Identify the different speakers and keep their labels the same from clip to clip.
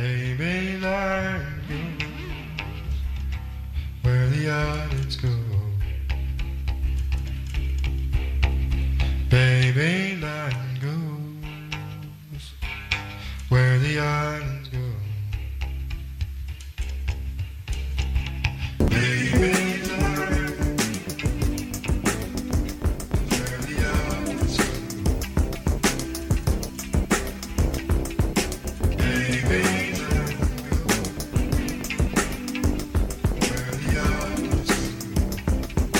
Speaker 1: Baby, let go where the audience go. Baby, let goes where the audience go. Baby, line where the audience go. Baby, line where the audience go.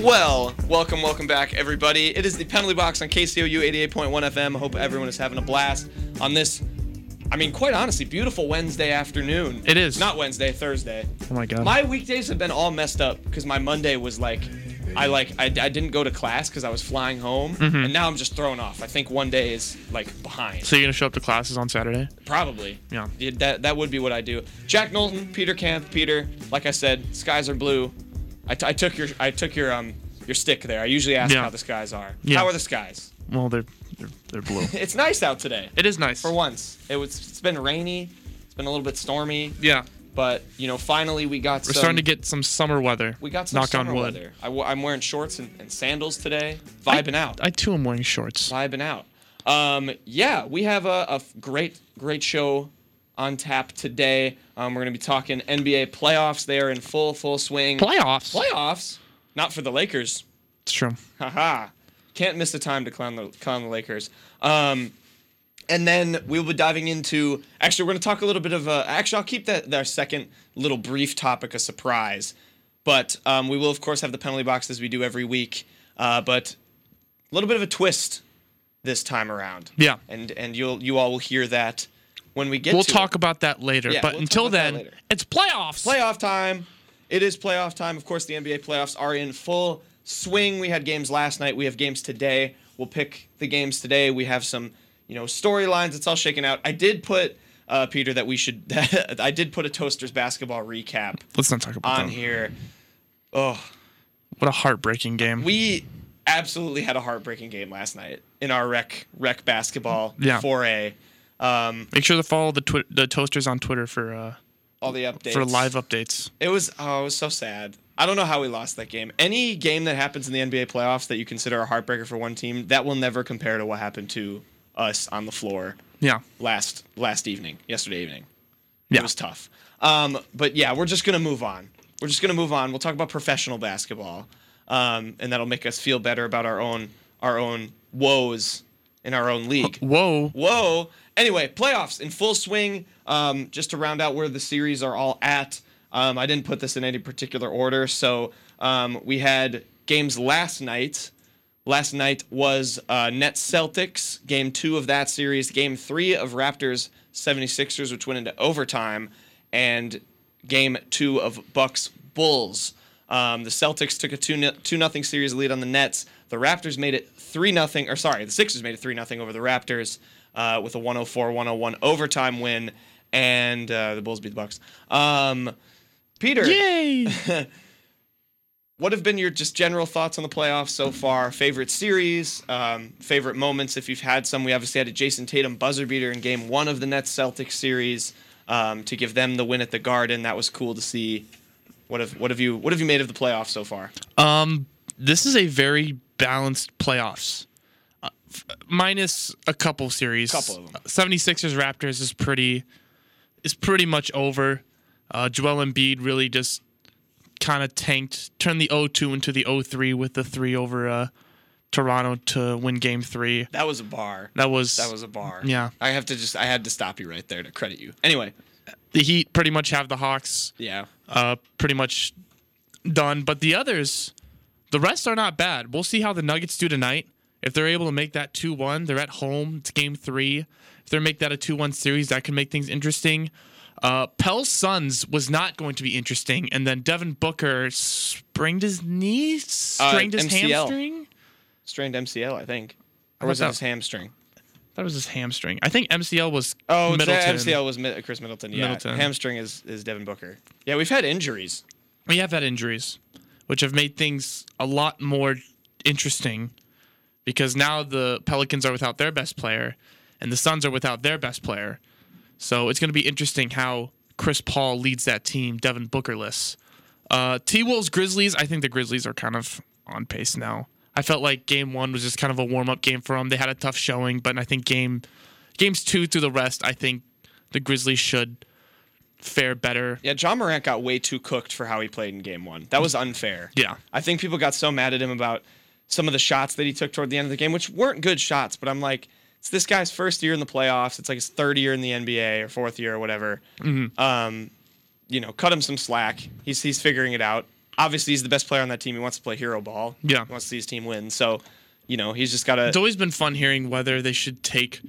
Speaker 2: Well, welcome, welcome back, everybody. It is the penalty box on KCOU 88.1 FM. Hope everyone is having a blast on this, I mean, quite honestly, beautiful Wednesday afternoon.
Speaker 3: It is.
Speaker 2: Not Wednesday, Thursday.
Speaker 3: Oh my god.
Speaker 2: My weekdays have been all messed up because my Monday was like, I like I, I didn't go to class because I was flying home, and now I'm just thrown off. I think one day is like behind.
Speaker 3: Mm-hmm. so you're gonna show up to classes on Saturday?
Speaker 2: Probably.
Speaker 3: Yeah.
Speaker 2: That that would be what I do. Jack Knowlton, Peter Camp, Peter. Like I said, skies are blue. I, t- I took your I took your um your stick there. I usually ask
Speaker 3: Yeah.
Speaker 2: how the skies are.
Speaker 3: Yeah.
Speaker 2: How are the skies?
Speaker 3: Well, they're they're, they're blue.
Speaker 2: It's nice out today.
Speaker 3: it is nice.
Speaker 2: For once, it was it's been rainy. It's been a little bit stormy,
Speaker 3: Yeah.
Speaker 2: but you know finally we got.
Speaker 3: We're
Speaker 2: some,
Speaker 3: starting to get some summer weather.
Speaker 2: We got some
Speaker 3: knock
Speaker 2: summer
Speaker 3: on wood.
Speaker 2: weather. I w- I'm wearing shorts and, and sandals today, vibing out.
Speaker 3: I too am wearing shorts.
Speaker 2: vibing out. Um, yeah, we have a, a f- great, great show on tap today. Um, we're going to be talking NBA playoffs. They are in full, full swing.
Speaker 3: Playoffs.
Speaker 2: playoffs? Not for the Lakers.
Speaker 3: It's true.
Speaker 2: Haha. Can't miss the time to clown the, clown the Lakers. Um, and then we'll be diving into. Actually, we're going to talk a little bit of. Uh, actually, I'll keep that our second little brief topic a surprise. But um, we will, of course, have the penalty box as we do every week. Uh, but a little bit of a twist this time around.
Speaker 3: Yeah.
Speaker 2: And and you'll you all will hear that when we get.
Speaker 3: We'll
Speaker 2: to
Speaker 3: talk
Speaker 2: it.
Speaker 3: about that later.
Speaker 2: Yeah,
Speaker 3: but
Speaker 2: we'll talk
Speaker 3: until
Speaker 2: about that
Speaker 3: then,
Speaker 2: later.
Speaker 3: it's playoffs.
Speaker 2: playoff time. It is playoff time. Of course, the NBA playoffs are in full swing. We had games last night. We have games today. We'll pick the games today. We have some, you know, storylines. It's all shaken out. I did put uh, Peter that we should. I did put a Toasters basketball recap
Speaker 3: Let's not talk about
Speaker 2: on
Speaker 3: that.
Speaker 2: here. Oh,
Speaker 3: What a heartbreaking game.
Speaker 2: we absolutely had a heartbreaking game last night in our rec rec basketball
Speaker 3: Yeah.
Speaker 2: foray. Um,
Speaker 3: Make sure to follow the twi- the toasters on Twitter for uh,
Speaker 2: all the updates
Speaker 3: for live updates.
Speaker 2: It was oh, it was so sad. I don't know how we lost that game. Any game that happens in the NBA playoffs that you consider a heartbreaker for one team, that will never compare to what happened to us on the floor
Speaker 3: Yeah.
Speaker 2: last last evening, yesterday evening. It
Speaker 3: Yeah.
Speaker 2: was tough. Um, but yeah, we're just gonna move on. We're just gonna move on. We'll talk about professional basketball, um, and that'll make us feel better about our own our own woes in our own league.
Speaker 3: Whoa.
Speaker 2: Whoa. Anyway, playoffs in full swing. Um, just to round out where the series are all at, um, I didn't put this in any particular order. So um, we had games last night. Last night was uh, Nets Celtics, game two of that series, game three of Raptors 76ers, which went into overtime, and game two of Bucks Bulls. Um, the Celtics took a 2 0 two nothing series lead on the Nets. The Raptors made it 3 nothing, or sorry, the Sixers made it 3 nothing over the Raptors uh, with a 104 101 overtime win, and uh, the Bulls beat the Bucks. Um, Peter,
Speaker 3: Yay.
Speaker 2: what have been your just general thoughts on the playoffs so far? Favorite series, um, favorite moments, if you've had some. We obviously had a Jason Tatum buzzer beater in Game One of the Nets Celtics series um, to give them the win at the Garden. That was cool to see. What have what have you what have you made of the playoffs so far?
Speaker 3: Um, this is a very balanced playoffs. Uh, f- minus a couple series.
Speaker 2: Couple of them.
Speaker 3: 76ers Raptors is pretty is pretty much over. Uh Joel Embiid really just kind of tanked, turned the 0-2 into the 0-3 with the 3 over uh Toronto to win game 3.
Speaker 2: That was a bar.
Speaker 3: That was
Speaker 2: That was a bar.
Speaker 3: Yeah.
Speaker 2: I have to just I had to stop you right there to credit you. Anyway,
Speaker 3: the Heat pretty much have the Hawks
Speaker 2: yeah.
Speaker 3: uh pretty much done, but the others the rest are not bad. We'll see how the Nuggets do tonight. If they're able to make that 2 1, they're at home. It's game three. If they make that a 2 1 series, that can make things interesting. Uh, Pell's Suns was not going to be interesting. And then Devin Booker sprained his knee,
Speaker 2: Uh,
Speaker 3: strained his
Speaker 2: MCL.
Speaker 3: hamstring.
Speaker 2: Strained MCL, I think. Or
Speaker 3: How about
Speaker 2: was it
Speaker 3: that?
Speaker 2: his hamstring?
Speaker 3: That was his hamstring. I think MCL was
Speaker 2: Oh, it's- uh,
Speaker 3: Middleton.
Speaker 2: MCL was Mid- Chris Middleton. Yeah,
Speaker 3: Middleton.
Speaker 2: hamstring is is Devin Booker. Yeah, we've had injuries.
Speaker 3: We have had injuries, which have made things a lot more interesting because now the Pelicans are without their best player and the Suns are without their best player. So it's going to be interesting how Chris Paul leads that team, Devin Bookerless. Uh, T Wolves, Grizzlies. I think the Grizzlies are kind of on pace now. I felt like game one was just kind of a warm up game for them. They had a tough showing, but I think game games two through the rest, I think the Grizzlies should fare better.
Speaker 2: Yeah, John Morant got way too cooked for how he played in game one. That was unfair.
Speaker 3: Yeah.
Speaker 2: I think people got so mad at him about some of the shots that he took toward the end of the game, which weren't good shots, but I'm like, it's this guy's first year in the playoffs. It's like his third year in the NBA or fourth year or whatever.
Speaker 3: Mm-hmm.
Speaker 2: Um, you know, cut him some slack. He's he's figuring it out. Obviously, he's the best player on that team. He wants to play hero ball.
Speaker 3: Yeah.
Speaker 2: He wants to see his team win. So, you know, he's just got
Speaker 3: It's
Speaker 2: to.
Speaker 3: always been fun hearing whether they should take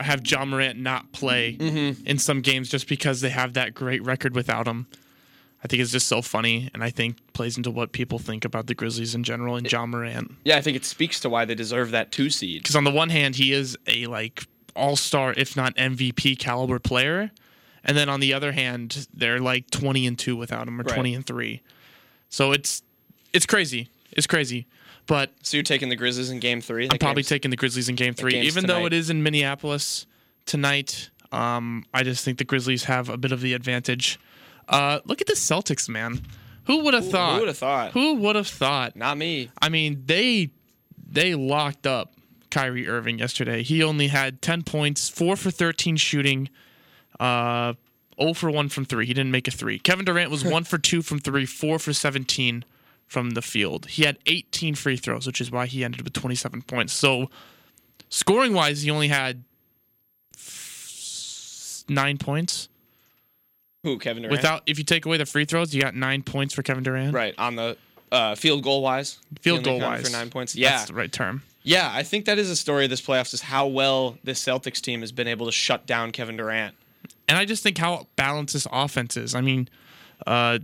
Speaker 3: or have John Morant not play in some games just because they have that great record without him. I think it's just so funny, and I think plays into what people think about the Grizzlies in general and John Morant.
Speaker 2: Yeah, I think it speaks to why they deserve that two seed.
Speaker 3: Because on the one hand, he is a like all star, if not MVP caliber player, and then on the other hand, they're like twenty and two without him or
Speaker 2: Right.
Speaker 3: twenty and three. So it's it's crazy. It's crazy, but
Speaker 2: So you're taking the Grizzlies in game three? That
Speaker 3: I'm probably
Speaker 2: game's-
Speaker 3: taking the Grizzlies in Game Three,
Speaker 2: game's
Speaker 3: even though
Speaker 2: tonight.
Speaker 3: it is in Minneapolis tonight. Um, I just think the Grizzlies have a bit of the advantage. Uh, look at the Celtics, man. Who would have thought?
Speaker 2: Who would have thought?
Speaker 3: Who would have thought?
Speaker 2: Not me.
Speaker 3: I mean, they they locked up Kyrie Irving yesterday. He only had 10 points, 4 for 13 shooting, uh 0 for 1 from 3. He didn't make a 3. Kevin Durant was 1 for 2 from 3, 4 for 17 from the field. He had 18 free throws, which is why he ended with 27 points. So scoring-wise, he only had f- 9 points.
Speaker 2: Who? Kevin Durant.
Speaker 3: Without if you take away the free throws, you got 9 points for Kevin Durant.
Speaker 2: Right on the uh, field goal wise.
Speaker 3: Field goal wise.
Speaker 2: for nine points. Yeah,
Speaker 3: That's the right term.
Speaker 2: yeah. I think that is a story of this playoffs is how well this Celtics team has been able to shut down Kevin Durant.
Speaker 3: and I just think how balanced this offense is. I mean, uh,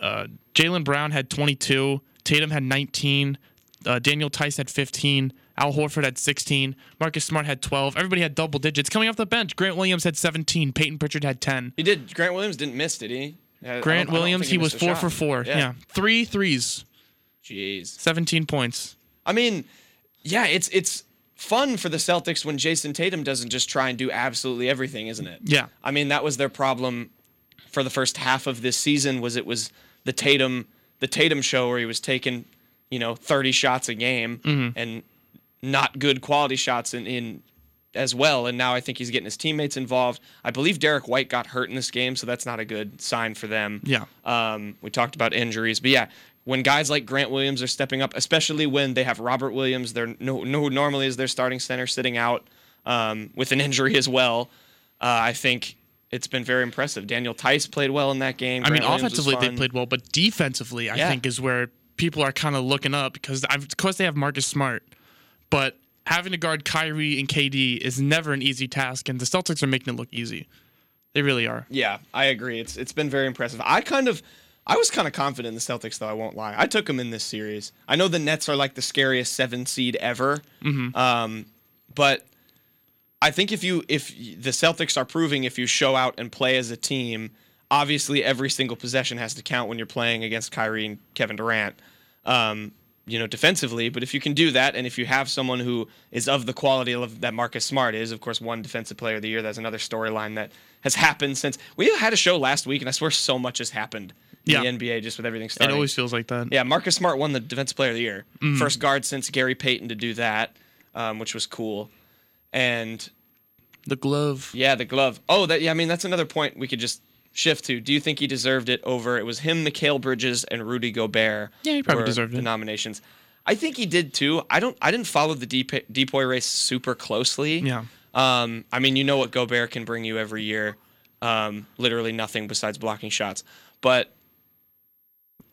Speaker 3: uh, Jalen Brown had 22, Tatum had 19, uh, Daniel Tice had 15, Al Horford had 16, Marcus Smart had 12. Everybody had double digits coming off the bench. Grant Williams had 17, Peyton Pritchard had 10.
Speaker 2: He did. Grant Williams didn't miss, did he? I- I don't- I don't
Speaker 3: Grant
Speaker 2: think
Speaker 3: Williams, he was
Speaker 2: missed a
Speaker 3: four
Speaker 2: shot.
Speaker 3: for four. Yeah. three threes,
Speaker 2: Jeez.
Speaker 3: 17 points.
Speaker 2: I mean, yeah. It's it's fun for the Celtics when Jason Tatum doesn't just try and do absolutely everything, isn't it?
Speaker 3: Yeah,
Speaker 2: I mean, that was their problem for the first half of this season was it was the Tatum the Tatum show where he was taking, you know, 30 shots a game
Speaker 3: Mm-hmm.
Speaker 2: and not good quality shots in, in as well. And now I think he's getting his teammates involved. I believe Derek White got hurt in this game, so that's not a good sign for them.
Speaker 3: yeah.
Speaker 2: Um, we talked about injuries, but yeah, when guys like Grant Williams are stepping up, especially when they have Robert Williams, their no, no who normally is their starting center sitting out um, with an injury as well. Uh, I think it's been very impressive. Daniel Tice played well in that game.
Speaker 3: I mean,
Speaker 2: Grant Williams was
Speaker 3: offensively they
Speaker 2: fun.
Speaker 3: played well, but defensively, I
Speaker 2: Yeah.
Speaker 3: think is where people are kind of looking up because I've, of course they have Marcus Smart, but having to guard Kyrie and KD is never an easy task, and the Celtics are making it look easy. They really are.
Speaker 2: Yeah, I agree. It's it's been very impressive. I kind of I was kind of confident in the Celtics though, I won't lie. I took them in this series. I know the Nets are like the scariest 7 seed ever. Um but I think if you if y- the Celtics are proving if you show out and play as a team, obviously every single possession has to count when you're playing against Kyrie and Kevin Durant. Um, you know, defensively, but if you can do that, and if you have someone who is of the quality of that Marcus Smart is, of course, one defensive player of the year. That's another storyline that has happened since we had a show last week, and I swear so much has happened in
Speaker 3: Yeah.
Speaker 2: the NBA just with everything
Speaker 3: It
Speaker 2: starting.
Speaker 3: always feels like that.
Speaker 2: Yeah, Marcus Smart won the Defensive Player of the Year.
Speaker 3: Mm-hmm.
Speaker 2: First guard since Gary Payton to do that, um, which was cool. And
Speaker 3: The glove.
Speaker 2: yeah, the glove. Oh, that yeah. I mean, that's another point we could just shift to. Do you think he deserved it over? It was him, Mikhail Bridges, and Rudy Gobert.
Speaker 3: Yeah, he probably
Speaker 2: were
Speaker 3: deserved
Speaker 2: the
Speaker 3: it.
Speaker 2: Nominations. I think he did too. I don't. I didn't follow the deep depoy race super closely.
Speaker 3: Yeah.
Speaker 2: Um. I mean, you know what Gobert can bring you every year. Um. Literally nothing besides blocking shots. But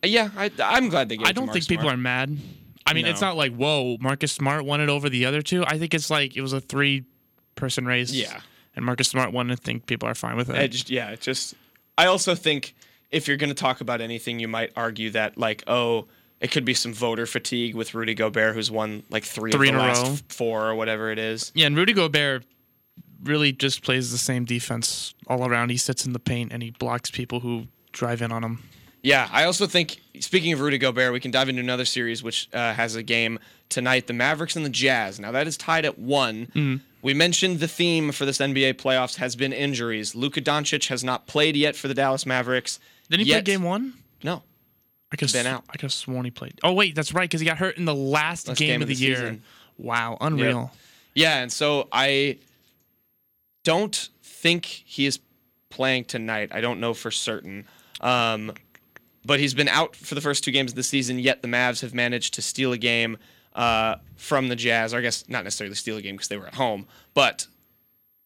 Speaker 2: yeah, I, I'm glad they gave.
Speaker 3: I don't think people are mad. I mean, it's
Speaker 2: No.
Speaker 3: not like whoa, Marcus Smart won it over the other two. I think it's like it was a three-person race.
Speaker 2: Yeah.
Speaker 3: and Marcus Smart won. I think people are fine with it.
Speaker 2: I just, yeah, it just. I also think if you're going to talk about anything, you might argue that like, oh, It could be some voter fatigue with Rudy Gobert, who's won like three,
Speaker 3: Three
Speaker 2: of
Speaker 3: in
Speaker 2: the
Speaker 3: a
Speaker 2: last
Speaker 3: row.
Speaker 2: f- four or whatever it is.
Speaker 3: Yeah, and Rudy Gobert really just plays the same defense all around. He sits in the paint and he blocks people who drive in on him.
Speaker 2: Yeah, I also think speaking of Rudy Gobert, we can dive into another series which uh, has a game tonight: the Mavericks and the Jazz. Now that is tied at one.
Speaker 3: Mm-hmm.
Speaker 2: We mentioned the theme for this NBA playoffs has been injuries. Luka Doncic has not played yet for the Dallas Mavericks.
Speaker 3: Didn't he
Speaker 2: Yet-
Speaker 3: play game one?
Speaker 2: No,
Speaker 3: I could
Speaker 2: Been out.
Speaker 3: I could have sworn he played. Oh wait, that's right, because he got hurt in the last, game, of the, year.
Speaker 2: season.
Speaker 3: Wow, unreal.
Speaker 2: Yeah, and so I don't think he is playing tonight. I don't know for certain. Um, but he's been out for the first two games of the season, yet the Mavs have managed to steal a game uh, from the Jazz. Or I guess not necessarily steal a game because they were at home, but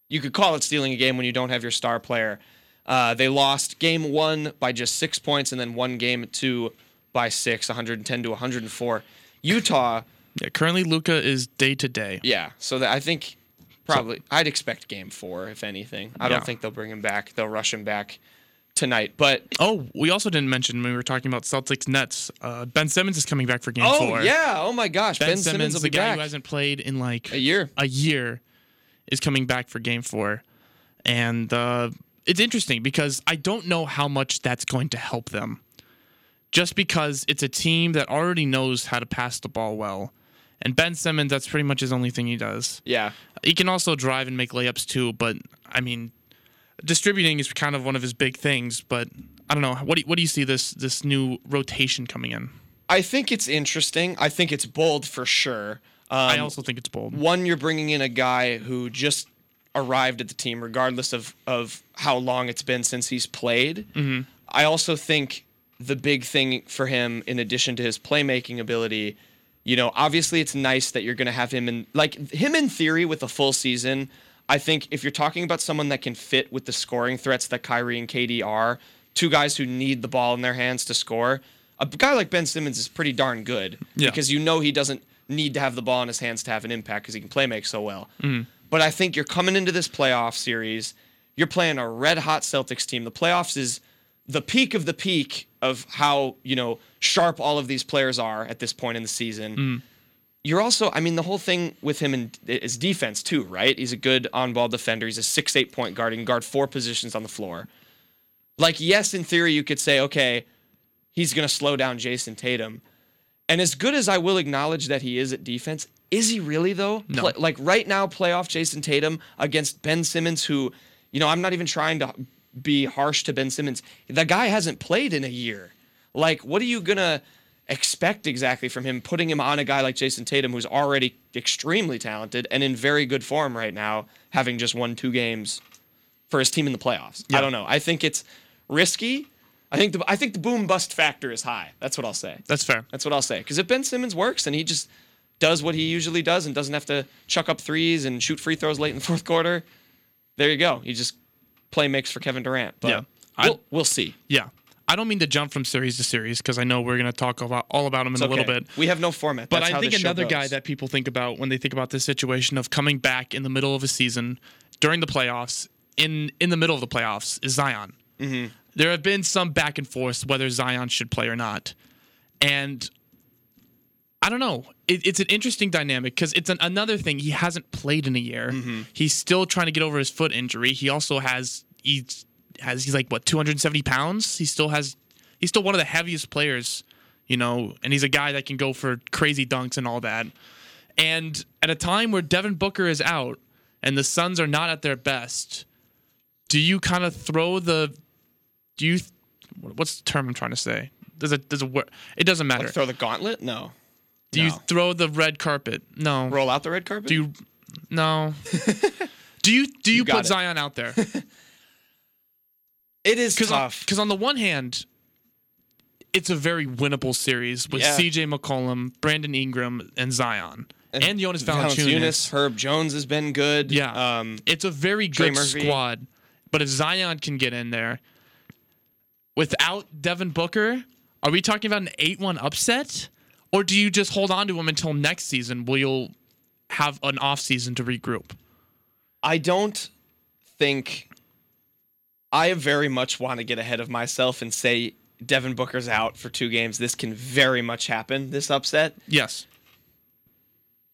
Speaker 2: you could call it stealing a game when you don't have your star player. Uh, they lost game one by just six points and then won game two by six, 110 to 104. Utah
Speaker 3: Yeah, currently Luca is day to day.
Speaker 2: yeah, so that I think probably I'd expect game four if anything. I
Speaker 3: Yeah.
Speaker 2: don't think they'll bring him back. They'll rush him back tonight. But
Speaker 3: Oh, we also didn't mention when we were talking about Celtics Nets. Uh, ben Simmons is coming back for game
Speaker 2: oh
Speaker 3: four.
Speaker 2: yeah, oh my gosh, Ben,
Speaker 3: Ben, Simmons,
Speaker 2: Simmons, will
Speaker 3: the
Speaker 2: be
Speaker 3: guy
Speaker 2: back
Speaker 3: who hasn't played in like
Speaker 2: a year.
Speaker 3: a year is coming back for game four. And uh, it's interesting because I don't know how much that's going to help them. Just because it's a team that already knows how to pass the ball well. And Ben Simmons, that's pretty much his only thing he does.
Speaker 2: Yeah,
Speaker 3: He can also drive and make layups too, but I mean, distributing is kind of one of his big things. But I don't know. What do you, what do you see this this new rotation coming in?
Speaker 2: I think it's interesting. I think it's bold for sure. Um,
Speaker 3: I also think it's bold.
Speaker 2: one you're bringing in a guy who just arrived at the team regardless of of how long it's been since he's played i also think the big thing for him in addition to his playmaking ability you know obviously it's nice that you're going to have him in like him in theory with a full season i think if you're talking about someone that can fit with the scoring threats that Kyrie and KD are two guys who need the ball in their hands to score a guy like Ben Simmons is pretty darn good
Speaker 3: Yeah.
Speaker 2: because you know he doesn't need to have the ball in his hands to have an impact because he can play make so well. But I think you're coming into this playoff series, you're playing a red hot Celtics team. The playoffs is the peak of the peak of how you know sharp all of these players are at this point in the season. You're also, I mean, the whole thing with him in, is defense too, right? He's a good on-ball defender. He's a six-eight point guard. He can guard four positions on the floor. Like, yes, in theory, you could say, okay, he's going to slow down Jason Tatum. And as good as I will acknowledge that he is at defense, is he really though?
Speaker 3: No.
Speaker 2: Pla- like right now, playoff Jason Tatum against Ben Simmons, who, you know, I'm not even trying to be harsh to Ben Simmons. The guy hasn't played in a year. Like, what are you gonna expect exactly from him? Putting him on a guy like Jason Tatum, who's already extremely talented and in very good form right now, having just won two games for his team in the playoffs. I don't know. I think it's risky. I think the I think the boom bust factor is high. That's what I'll say.
Speaker 3: That's fair.
Speaker 2: That's what I'll say. Because if Ben Simmons works and he just does what he usually does and doesn't have to chuck up threes and shoot free throws late in the fourth quarter, there you go. You just play makes for Kevin Durant. But
Speaker 3: Yeah. I-
Speaker 2: we'll, we'll see.
Speaker 3: Yeah. I don't mean to jump from series to series because I know we're going to talk about all about him in
Speaker 2: It's
Speaker 3: a little
Speaker 2: okay.
Speaker 3: bit.
Speaker 2: We have no format.
Speaker 3: But
Speaker 2: That's
Speaker 3: I
Speaker 2: how
Speaker 3: think
Speaker 2: this show
Speaker 3: another guy
Speaker 2: goes.
Speaker 3: that people think about when they think about this situation of coming back in the middle of a season during the playoffs, in in the middle of the playoffs, is Zion.
Speaker 2: Mm-hmm.
Speaker 3: There have been some back and forth whether Zion should play or not, and I don't know. It, it's an interesting dynamic because it's an, another thing. He hasn't played in a year.
Speaker 2: Mm-hmm.
Speaker 3: He's still trying to get over his foot injury. He also has he's has he's like what 270 pounds. He still has he's still one of the heaviest players, you know, and he's a guy that can go for crazy dunks and all that. And at a time where Devin Booker is out and the Suns are not at their best, do you kind of throw the do you what's the term I'm trying to say? There's a there's a word. It doesn't matter.
Speaker 2: throw the gauntlet? No.
Speaker 3: Do you
Speaker 2: No.
Speaker 3: throw the red carpet? No.
Speaker 2: Roll out the red carpet?
Speaker 3: Do you? No. do you? Do you,
Speaker 2: got
Speaker 3: put
Speaker 2: it.
Speaker 3: Zion out there?
Speaker 2: it is tough.
Speaker 3: Because on, the one hand, it's a very winnable series with
Speaker 2: Yeah.
Speaker 3: C.J. McCollum, Brandon Ingram, and Zion, and, Jonas Valanciunas.
Speaker 2: Valanciunas, Herb Jones has been good.
Speaker 3: Yeah.
Speaker 2: Um,
Speaker 3: It's a very good
Speaker 2: Murphy.
Speaker 3: squad, but if Zion can get in there without Devin Booker, are we talking about an eight-one upset, or do you just hold on to him until next season? Will you have an off season to regroup?
Speaker 2: I don't think I very much want to get ahead of myself and say Devin Booker's out for two games, this can very much happen. This upset.
Speaker 3: Yes.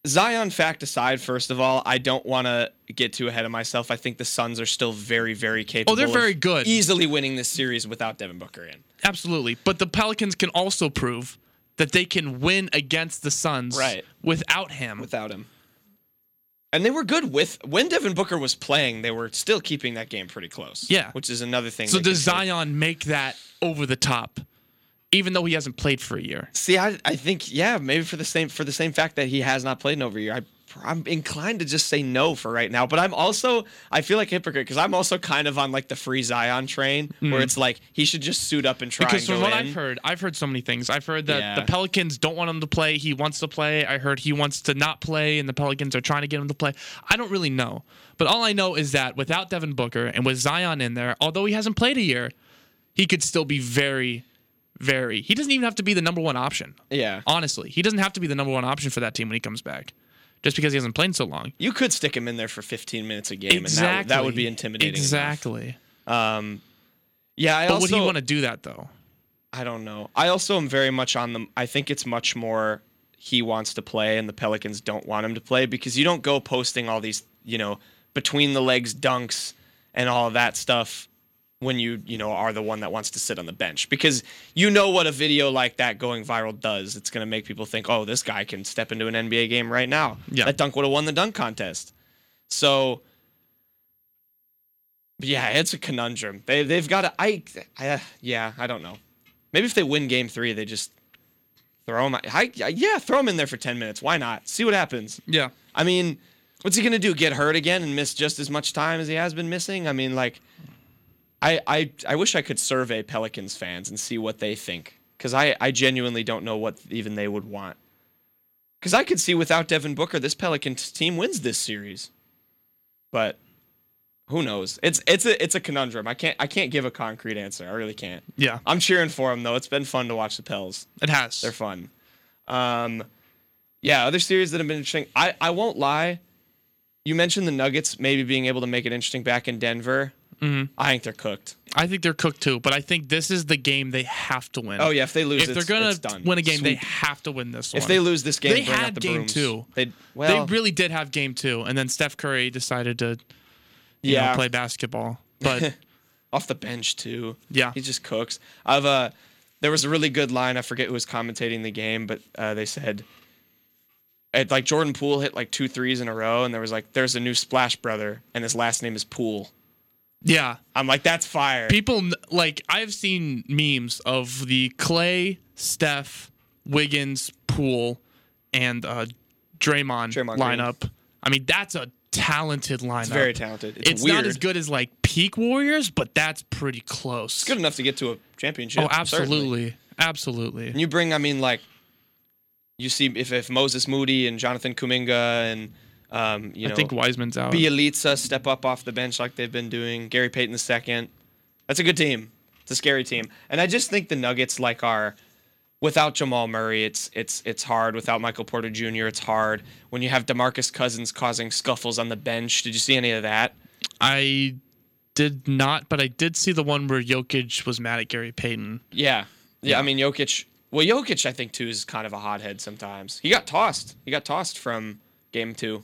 Speaker 2: Zion fact aside, first of all, I don't want to get too ahead of myself. I think the Suns are still very, very capable.
Speaker 3: Oh, they're
Speaker 2: of
Speaker 3: very good.
Speaker 2: Easily winning this series without Devin Booker in.
Speaker 3: Absolutely. But the Pelicans can also prove that they can win against the Suns
Speaker 2: Right.
Speaker 3: without him.
Speaker 2: without him. And they were good with when Devin Booker was playing. They were still keeping that game pretty close.
Speaker 3: Yeah.
Speaker 2: which is another thing.
Speaker 3: so
Speaker 2: they could
Speaker 3: does
Speaker 2: do.
Speaker 3: Zion make that over the top, even though he hasn't played for a year?
Speaker 2: See, I, I think yeah, maybe for the same for the same fact that he has not played in over a year. I I'm inclined to just say no for right now, but I'm also I feel like a hypocrite because I'm also kind of on like the free Zion train where it's like he should just suit up and try.
Speaker 3: Hmm. Because
Speaker 2: and
Speaker 3: from
Speaker 2: go
Speaker 3: what
Speaker 2: in.
Speaker 3: I've heard, I've heard so many things. I've heard that
Speaker 2: Yeah.
Speaker 3: the Pelicans don't want him to play. He wants to play. I heard he wants to not play, and the Pelicans are trying to get him to play. I don't really know. But all I know is that without Devin Booker and with Zion in there, although he hasn't played a year, he could still be very, very. He doesn't even have to be the number one option.
Speaker 2: yeah,
Speaker 3: Honestly, he doesn't have to be the number one option for that team when he comes back, just because he hasn't played in so long.
Speaker 2: you could stick him in there for 15 minutes a game, and that, that would be intimidating. enough.
Speaker 3: Exactly.
Speaker 2: Um, yeah, I
Speaker 3: But
Speaker 2: also
Speaker 3: would he want to do that though?
Speaker 2: I don't know. I also am very much on them. I think it's much more he wants to play and the Pelicans don't want him to play because you don't go posting all these, you know, between the legs dunks and all of that stuff when you, you know, are the one that wants to sit on the bench because you know what a video like that going viral does. It's going to make people think, "Oh, this guy can step into an NBA game right now."
Speaker 3: Yeah.
Speaker 2: That dunk would have won the dunk contest. So, yeah, it's a conundrum. They they've got to. I, I yeah, I don't know. Maybe if they win Game Three, they just throw him. I, I- yeah, throw him in there for ten minutes. Why not? See what happens.
Speaker 3: Yeah.
Speaker 2: I mean, what's he gonna do? Get hurt again and miss just as much time as he has been missing? I mean, like, I I I wish I could survey Pelicans fans and see what they think because I I genuinely don't know what even they would want. Because I could see without Devin Booker, this Pelicans team wins this series, but who knows? It's it's a it's a conundrum. I can't I can't give a concrete answer. I really can't.
Speaker 3: Yeah.
Speaker 2: I'm cheering for them though. It's been fun to watch the Pels.
Speaker 3: It has.
Speaker 2: They're fun. Um, yeah, other series that have been interesting. I, I won't lie. You mentioned the Nuggets maybe being able to make it interesting back in Denver. Mm-hmm. I think they're cooked.
Speaker 3: I think they're cooked too, but I think this is the game they have to win.
Speaker 2: Oh yeah, if they lose,
Speaker 3: If they're
Speaker 2: it's-
Speaker 3: gonna
Speaker 2: it's done.
Speaker 3: win a game, they
Speaker 2: Sweep.
Speaker 3: have to win this one.
Speaker 2: if they lose this game,
Speaker 3: They
Speaker 2: bring out
Speaker 3: had
Speaker 2: the
Speaker 3: game
Speaker 2: brooms.
Speaker 3: two.
Speaker 2: They well,
Speaker 3: they really did have game two, and then Steph Curry decided to you know,
Speaker 2: yeah,
Speaker 3: play basketball. But
Speaker 2: off the bench too.
Speaker 3: Yeah.
Speaker 2: he just cooks. I've uh, there was a really good line. I forget who was commentating the game, but uh, they said, it, like Jordan Poole hit like two threes in a row, and there was like, there's a new Splash brother, and his last name is Poole.
Speaker 3: yeah,
Speaker 2: I'm like, that's fire.
Speaker 3: people kn- like I've seen memes of the Clay, Steph, Wiggins, Poole, and uh, Draymond,
Speaker 2: Draymond Green.
Speaker 3: lineup. I mean, that's a talented lineup.
Speaker 2: It's very talented. It's,
Speaker 3: It's,
Speaker 2: weird.
Speaker 3: not as good as like peak Warriors, but that's pretty close.
Speaker 2: It's good enough to get to a championship.
Speaker 3: oh, absolutely,
Speaker 2: certainly.
Speaker 3: absolutely.
Speaker 2: And you bring, I mean, like, you see if, if Moses Moody and Jonathan Kuminga and, um, you
Speaker 3: I
Speaker 2: know,
Speaker 3: think Wiseman's out.
Speaker 2: Bielitsa step up off the bench like they've been doing. Gary Payton the second. That's a good team. It's a scary team. And I just think the Nuggets like are without Jamal Murray, it's it's it's hard. Without Michael Porter Jr., it's hard. When you have DeMarcus Cousins causing scuffles on the bench, did you see any of that?
Speaker 3: I did not, but I did see the one where Jokic was mad at Gary Payton.
Speaker 2: Yeah. Yeah, I mean Jokic. Well, Jokic, I think too is kind of a hothead sometimes. He got tossed. He got tossed from game two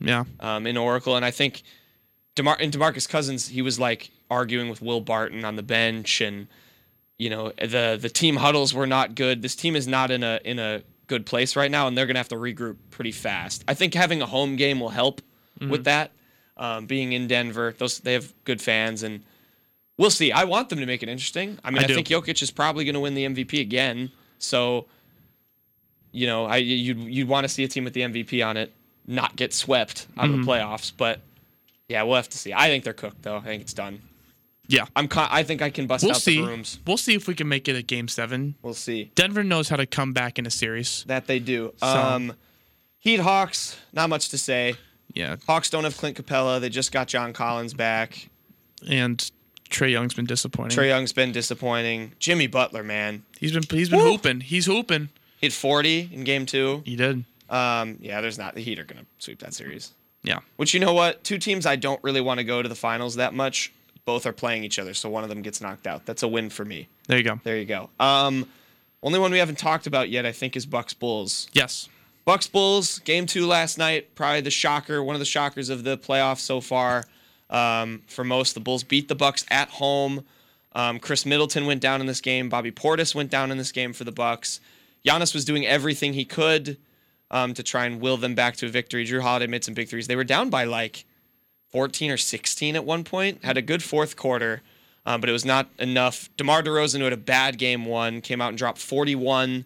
Speaker 3: Yeah.
Speaker 2: um, in Oracle, and I think Demar and Demarcus Cousins, he was like arguing with Will Barton on the bench, and you know the the team huddles were not good. This team is not in a in a good place right now, and they're gonna have to regroup pretty fast. I think having a home game will help
Speaker 3: Mm-hmm.
Speaker 2: with that. Um, being in Denver, those they have good fans, and we'll see. I want them to make it interesting. I mean,
Speaker 3: I
Speaker 2: I,
Speaker 3: do.
Speaker 2: think Jokic is probably gonna win the MVP again, so you know, I you'd you'd want to see a team with the MVP on it not get swept out
Speaker 3: Mm-hmm.
Speaker 2: of the playoffs, but yeah, we'll have to see. I think they're cooked though. I think it's done.
Speaker 3: Yeah.
Speaker 2: I'm con- I think I can bust
Speaker 3: We'll
Speaker 2: out
Speaker 3: see.
Speaker 2: the rooms.
Speaker 3: We'll see if we can make it a game seven.
Speaker 2: We'll see.
Speaker 3: Denver knows how to come back in a series.
Speaker 2: That they do.
Speaker 3: So-
Speaker 2: Um Heat Hawks, not much to say.
Speaker 3: Yeah.
Speaker 2: Hawks don't have Clint Capella. They just got John Collins back.
Speaker 3: Mm-hmm. And Trey Young's been disappointing.
Speaker 2: Trey Young's been disappointing. Jimmy Butler, man.
Speaker 3: He's been he's been
Speaker 2: Woo!
Speaker 3: hooping. He's hooping.
Speaker 2: Hit 40 in game two.
Speaker 3: He did.
Speaker 2: Um, yeah, there's not. The Heat are going to sweep that series.
Speaker 3: Yeah.
Speaker 2: Which you know what? Two teams I don't really want to go to the finals that much. Both are playing each other, so one of them gets knocked out. That's a win for me.
Speaker 3: There you go.
Speaker 2: There you go. Um, only one we haven't talked about yet, I think, is Bucks Bulls.
Speaker 3: Yes.
Speaker 2: Bucks Bulls game two last night, probably the shocker, one of the shockers of the playoffs so far. Um, for most, the Bulls beat the Bucks at home. Um, Chris Middleton went down in this game. Bobby Portis went down in this game for the Bucks. Giannis was doing everything he could um, to try and will them back to a victory. Drew Holiday made some big threes. They were down by like 14 or 16 at one point. Had a good fourth quarter, um, but it was not enough. DeMar DeRozan, who had a bad game one, came out and dropped 41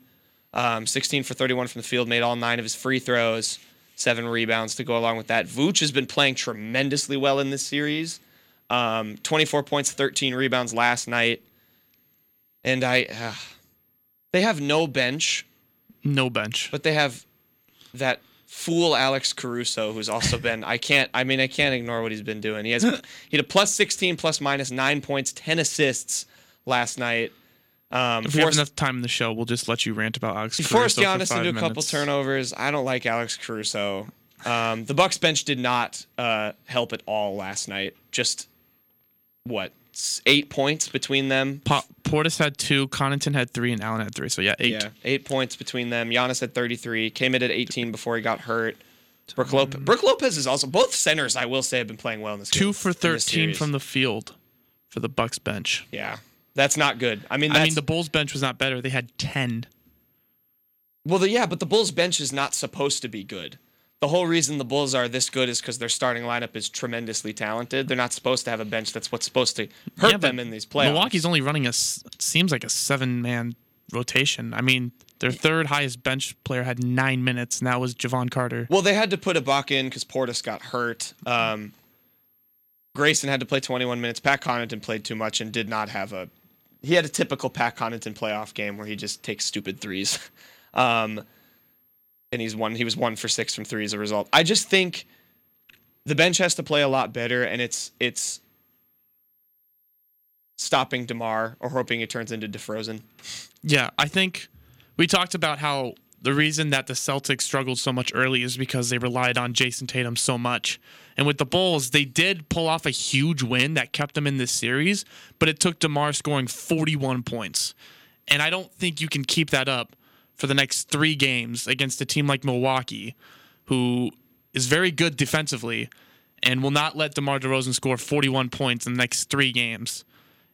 Speaker 2: um, 16 for 31 from the field, made all nine of his free throws, seven rebounds to go along with that. Vooch has been playing tremendously well in this series. Um, 24 points, 13 rebounds last night. And I, uh, they have no bench,
Speaker 3: No bench.
Speaker 2: but they have that fool Alex Caruso, who's also been, I can't, I mean, I can't ignore what he's been doing. He has, he had a plus 16, plus minus nine points, 10 assists last night. Um,
Speaker 3: If we have
Speaker 2: forced-
Speaker 3: enough time in the show, we'll just let you rant about Alex.
Speaker 2: he forced
Speaker 3: Caruso for
Speaker 2: Giannis
Speaker 3: five
Speaker 2: into a couple
Speaker 3: minutes.
Speaker 2: turnovers. I don't like Alex Caruso. Um, the Bucks bench did not uh, help at all last night. Just what s- eight points between them.
Speaker 3: Po- Portis had two, Connaughton had three, and Allen had three. So yeah, eight.
Speaker 2: Yeah, eight points between them. Giannis had 33. Came in at 18 before he got hurt. Brooke Lopez. Brooke Lopez is also both centers. I will say have been playing well in this game.
Speaker 3: Two for
Speaker 2: in this
Speaker 3: thirteen
Speaker 2: series.
Speaker 3: from the field for the Bucks bench.
Speaker 2: Yeah, that's not good. I mean, that's,
Speaker 3: I mean, the Bulls bench was not better. They had ten.
Speaker 2: Well, the, yeah, but the Bulls bench is not supposed to be good. The whole reason the Bulls are this good is because their starting lineup is tremendously talented. They're not supposed to have a bench. That's what's supposed to hurt
Speaker 3: Yeah, but
Speaker 2: them in these playoffs.
Speaker 3: Milwaukee's only running a s- seems like a seven man rotation. I mean, their third highest bench player had nine minutes, and that was Javon Carter.
Speaker 2: Well, they had to put Ibaka in because Portis got hurt. Um, Grayson had to play 21 minutes. Pat Connaughton played too much and did not have a. He had a typical Pat Connaughton playoff game where he just takes stupid threes, um, and he's one. He was one for six from three as a result. I just think the bench has to play a lot better, and it's it's stopping Demar or hoping it turns into DeFrozen.
Speaker 3: Yeah, I think we talked about how the reason that the Celtics struggled so much early is because they relied on Jason Tatum so much. And with the Bulls, they did pull off a huge win that kept them in this series, but it took DeMar scoring 41 points. And I don't think you can keep that up for the next three games against a team like Milwaukee, who is very good defensively and will not let DeMar DeRozan score 41 points in the next three games.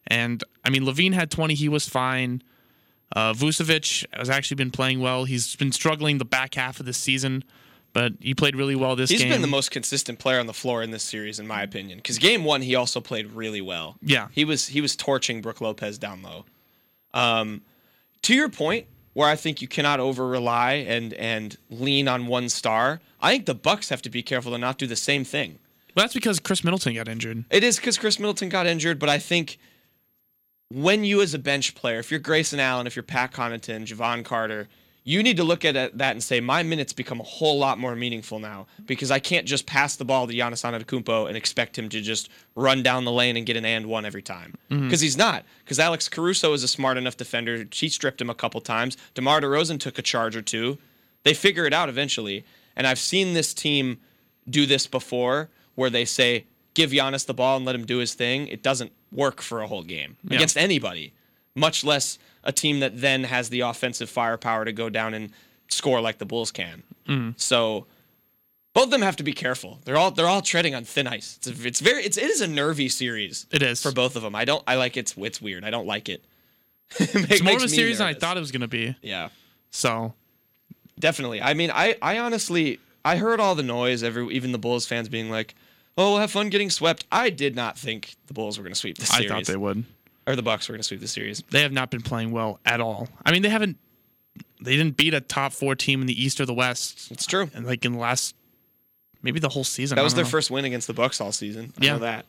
Speaker 3: And I mean, Levine had 20, he was fine. Uh, Vucevic has actually been playing well. He's been struggling the back half of the season, but he played really well this
Speaker 2: He's
Speaker 3: game.
Speaker 2: been the most consistent player on the floor in this series, in my opinion. Because game one, he also played really well.
Speaker 3: Yeah.
Speaker 2: he was he was torching Brooke Lopez down low. Um, to your point, where I think you cannot over rely and and lean on one star. I think the Bucks have to be careful to not do the same thing.
Speaker 3: Well, that's because Chris Middleton got injured.
Speaker 2: It is because Chris Middleton got injured, but I think when you as a bench player, if you're Grayson Allen, if you're Pat Connaughton, Javon Carter, you need to look at it- that and say, my minutes become a whole lot more meaningful now because I can't just pass the ball to Giannis Antetokounmpo and expect him to just run down the lane and get an and one every time because he's not. Because Alex Caruso is a smart enough defender. She stripped him a couple times. DeMar DeRozan took a charge or two. They figure it out eventually. And I've seen this team do this before where they say, give Giannis the ball and let him do his thing. It doesn't work for a whole game against anybody, much less a team that then has the offensive firepower to go down and score like the Bulls can.
Speaker 3: Mm.
Speaker 2: So both of them have to be careful. They're all they're all treading on thin ice. It's, a, it's very it's it is a nervy series
Speaker 3: It is.
Speaker 2: for both of them. I don't I like it's it's weird. I don't like it. It makes
Speaker 3: It's more of a
Speaker 2: me
Speaker 3: series than I
Speaker 2: nervous.
Speaker 3: thought it was going to be.
Speaker 2: Yeah.
Speaker 3: So,
Speaker 2: Definitely. I mean, I, I honestly, I heard all the noise. Every even the Bulls fans being like, "Oh, we'll have fun getting swept." I did not think the Bulls were going to sweep this series,
Speaker 3: I thought they would.
Speaker 2: or the Bucks were going to sweep the series.
Speaker 3: They have not been playing well at all. I mean, they haven't. They didn't beat a top four team in the East or the West,
Speaker 2: It's true.
Speaker 3: and like in the last, maybe the whole season.
Speaker 2: That
Speaker 3: I
Speaker 2: was
Speaker 3: don't
Speaker 2: their
Speaker 3: know.
Speaker 2: first win against the Bucks all season. I
Speaker 3: Yeah.
Speaker 2: know that.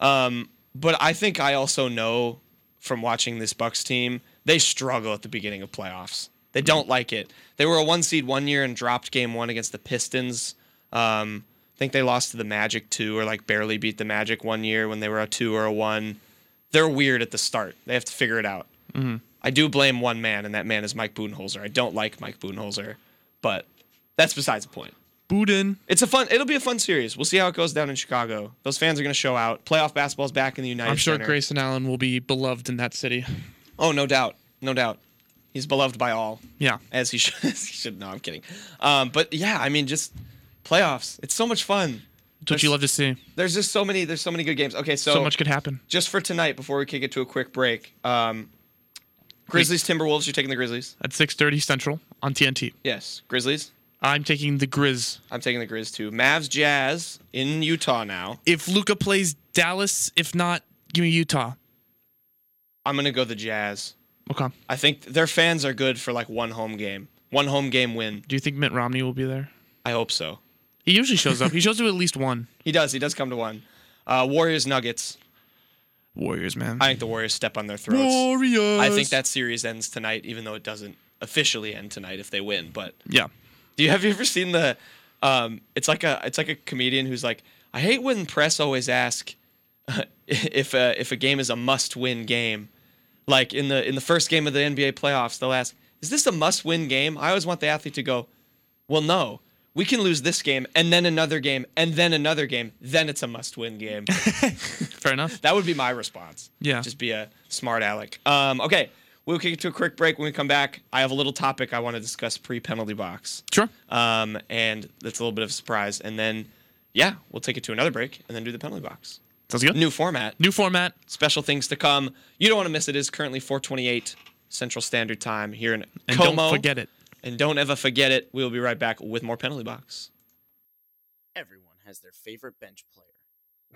Speaker 2: Um, but I think I also know from watching this Bucks team, they struggle at the beginning of playoffs. They don't like it. They were a one seed one year and dropped game one against the Pistons. Um, I think they lost to the Magic two or like barely beat the Magic one year when they were a two or a one. They're weird at the start. They have to figure it out.
Speaker 3: Mm-hmm.
Speaker 2: I do blame one man, and that man is Mike Budenholzer. I don't like Mike Budenholzer, but that's besides the point.
Speaker 3: Budin.
Speaker 2: It's a fun. It'll be a fun series. We'll see how it goes down in Chicago. Those fans are going to show out. Playoff basketball's back in the United.
Speaker 3: I'm sure
Speaker 2: Center.
Speaker 3: Grayson Allen will be beloved in that city.
Speaker 2: Oh, no doubt, no doubt. He's beloved by all,
Speaker 3: Yeah.
Speaker 2: as he should. As he should. No, I'm kidding. Um, but yeah, I mean, just playoffs. It's so much fun.
Speaker 3: It's what you love to see.
Speaker 2: There's just so many. There's so many good games. Okay, so,
Speaker 3: So much could happen.
Speaker 2: just for tonight before we kick it to a quick break. Um, Grizzlies, Timberwolves. You're taking the Grizzlies.
Speaker 3: At 6:30 Central on TNT.
Speaker 2: Yes, Grizzlies.
Speaker 3: I'm taking the Grizz.
Speaker 2: I'm taking the Grizz too. Mavs, Jazz in Utah now.
Speaker 3: If Luca plays Dallas, if not, give me Utah.
Speaker 2: I'm gonna go the Jazz.
Speaker 3: Okay.
Speaker 2: I think their fans are good for like one home game, one home game win.
Speaker 3: Do you think Mitt Romney will be there?
Speaker 2: I hope so.
Speaker 3: He usually shows up. he shows up at least one.
Speaker 2: He does. He does come to one. Uh, Warriors, Nuggets.
Speaker 3: Warriors, man.
Speaker 2: I think the Warriors step on their throats.
Speaker 3: Warriors.
Speaker 2: I think that series ends tonight, even though it doesn't officially end tonight if they win. But
Speaker 3: Yeah.
Speaker 2: do you have you ever seen the? Um, it's like a it's like a comedian who's like, I hate when press always ask if a, if a game is a must win game. Like in the in the first game of the NBA playoffs, they'll ask, "Is this a must win game?" I always want the athlete to go, "Well, no." We can lose this game and then another game and then another game. Then it's a must-win game.
Speaker 3: Fair enough.
Speaker 2: That would be my response.
Speaker 3: Yeah.
Speaker 2: Just be a smart aleck. Um, okay. We'll kick it to a quick break. When we come back, I have a little topic I want to discuss pre penalty box.
Speaker 3: Sure.
Speaker 2: Um, and that's a little bit of a surprise. And then, yeah, we'll take it to another break and then do the penalty box.
Speaker 3: Sounds good.
Speaker 2: New format,
Speaker 3: New format.
Speaker 2: special things to come. You don't want to miss it. It is currently 428 Central Standard Time here in
Speaker 3: And
Speaker 2: Como.
Speaker 3: don't forget it.
Speaker 2: And don't ever forget it. We will be right back with more penalty box.
Speaker 4: Everyone has their favorite bench player.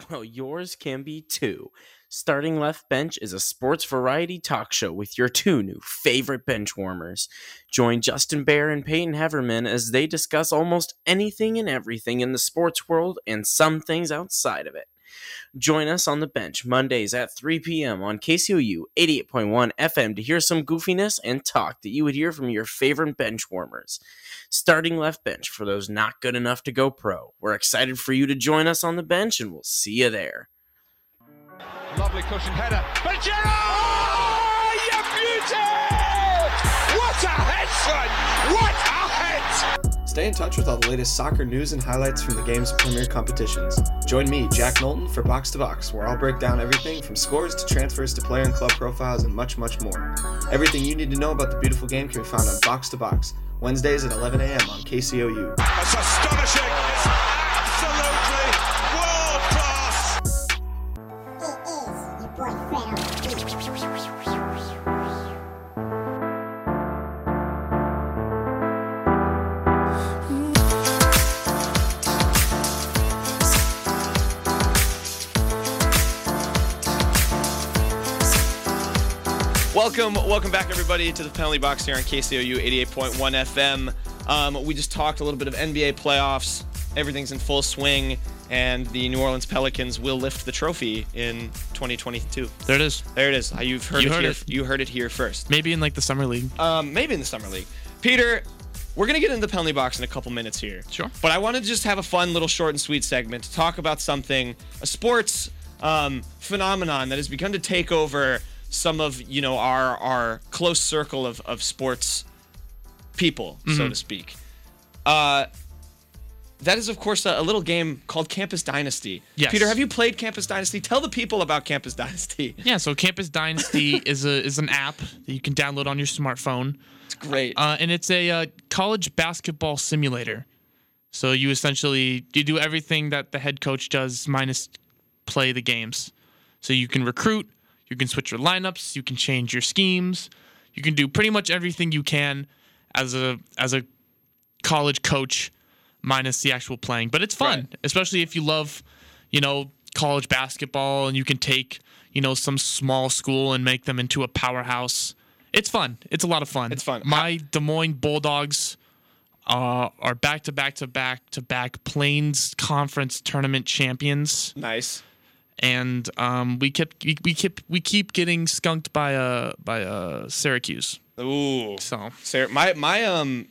Speaker 4: Well, yours can be too. Starting Left Bench is a sports variety talk show with your two new favorite bench warmers. Join Justin Baer and Peyton Heverman as they discuss almost anything and everything in the sports world and some things outside of it. Join us on the bench Mondays at 3 p.m. on KCOU 88.1 FM to hear some goofiness and talk that you would hear from your favorite bench warmers starting left bench for those not good enough to go pro. We're excited for you to join us on the bench, and we'll see you there.
Speaker 5: Lovely cushion header. But Gerrard! Oh, you beauty! What a head, son! What a head!
Speaker 6: Stay in touch with all the latest soccer news and highlights from the game's premier competitions. Join me, Jack Knowlton, for Box to Box, where I'll break down everything from scores to transfers to player and club profiles and much, much more. Everything you need to know about the beautiful game can be found on Box to Box, Wednesdays at 11 a.m. on KCOU.
Speaker 5: That's astonishing! It's absolutely world class!
Speaker 7: It is your boy Fred on the beat.
Speaker 2: Welcome, welcome back, everybody, to the penalty box here on KCOU 88.1 FM. Um, we just talked a little bit of NBA playoffs. Everything's in full swing, and the New Orleans Pelicans will lift the trophy in 2022.
Speaker 3: There it is.
Speaker 2: There it is. Uh, You've heard
Speaker 3: You
Speaker 2: it
Speaker 3: heard
Speaker 2: here.
Speaker 3: it.
Speaker 2: You heard it here first.
Speaker 3: Maybe in like the summer league.
Speaker 2: Um, maybe in the summer league. Peter, we're gonna get into the penalty box in a couple minutes here.
Speaker 3: Sure.
Speaker 2: But I want to just have a fun little short and sweet segment to talk about something, a sports um, phenomenon that has begun to take over some of you know our our close circle of of sports people, so
Speaker 3: Mm-hmm.
Speaker 2: to speak. Uh, that is, of course, a, a little game called Campus Dynasty.
Speaker 3: Yes.
Speaker 2: Peter, have you played Campus Dynasty? Tell the people about Campus Dynasty.
Speaker 3: Yeah, so Campus Dynasty is a is an app that you can download on your smartphone,
Speaker 2: It's great.
Speaker 3: uh, and it's a uh, college basketball simulator. So you essentially you do everything that the head coach does, minus play the games. So you can recruit, you can switch your lineups, you can change your schemes, you can do pretty much everything you can as a as a college coach, minus the actual playing. But it's fun,
Speaker 2: Right.
Speaker 3: especially if you love, you know, college basketball and you can take you know some small school and make them into a powerhouse. It's fun. It's a lot of fun.
Speaker 2: It's fun.
Speaker 3: My Des Moines Bulldogs uh, are back to back to back to back Plains Conference tournament champions
Speaker 2: nice.
Speaker 3: and um, we kept we, we kept we keep getting skunked by uh by uh Syracuse.
Speaker 2: Ooh.
Speaker 3: So
Speaker 2: Sarah, my my um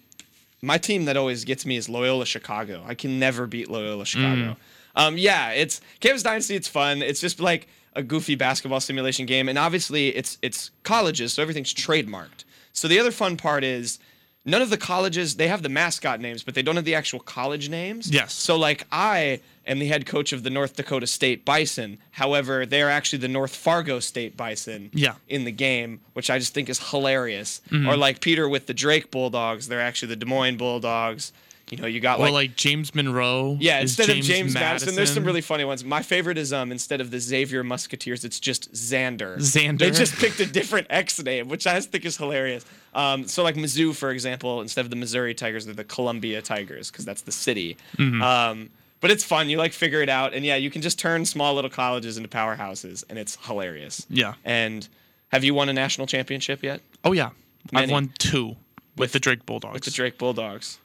Speaker 2: my team that always gets me is Loyola Chicago. I can never beat Loyola
Speaker 3: Mm.
Speaker 2: Chicago. Um, yeah, it's Campus Dynasty. It's fun. It's just like a goofy basketball simulation game, and obviously it's it's colleges, so everything's trademarked. So the other fun part is none of the colleges they have the mascot names, but they don't have the actual college names.
Speaker 3: Yes.
Speaker 2: So like I am the head coach of the North Dakota State Bison. However, they are actually the North Fargo State Bison.
Speaker 3: Yeah.
Speaker 2: In the game, which I just think is hilarious. Or like Peter with the Drake Bulldogs, they're actually the Des Moines Bulldogs. You know, you got
Speaker 3: Or like, James Monroe.
Speaker 2: yeah,
Speaker 3: is
Speaker 2: instead of James Madison, there's some really funny ones. My favorite is um instead of the Xavier Musketeers, it's just Xander.
Speaker 3: Xander.
Speaker 2: They just picked a different X name, which I just think is hilarious. Um, so like Mizzou, for example, instead of the Missouri Tigers, they're the Columbia Tigers because that's the city.
Speaker 3: Mm-hmm.
Speaker 2: Um, but it's fun. You like figure it out, and yeah, you can just turn small little colleges into powerhouses, and it's hilarious.
Speaker 3: Yeah.
Speaker 2: And have you won a national championship yet
Speaker 3: Oh yeah, I've
Speaker 2: Many.
Speaker 3: won two with, the Drake Bulldogs.
Speaker 2: with the Drake Bulldogs?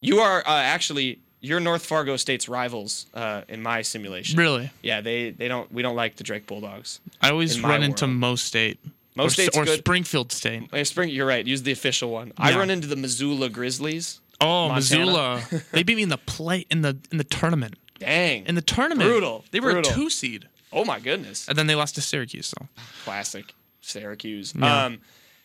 Speaker 2: You are uh, actually you're North Fargo State's rivals uh, in my simulation.
Speaker 3: Really,
Speaker 2: Yeah, they they don't we don't like the Drake Bulldogs.
Speaker 3: I always
Speaker 2: In my
Speaker 3: run into
Speaker 2: world.
Speaker 3: Mo State.
Speaker 2: Mo
Speaker 3: or, s-
Speaker 2: State's
Speaker 3: or
Speaker 2: good.
Speaker 3: Springfield State.
Speaker 2: Hey, Spring, you're right. Use the official one. I
Speaker 3: Yeah.
Speaker 2: run into the Missoula Grizzlies.
Speaker 3: Oh,
Speaker 2: Montana.
Speaker 3: Missoula. they beat me in the play in the in the tournament.
Speaker 2: Dang.
Speaker 3: In the tournament,
Speaker 2: Brutal,
Speaker 3: They were
Speaker 2: brutal.
Speaker 3: a two seed,
Speaker 2: oh my goodness.
Speaker 3: and then they lost to Syracuse. So
Speaker 2: Classic Syracuse. Um,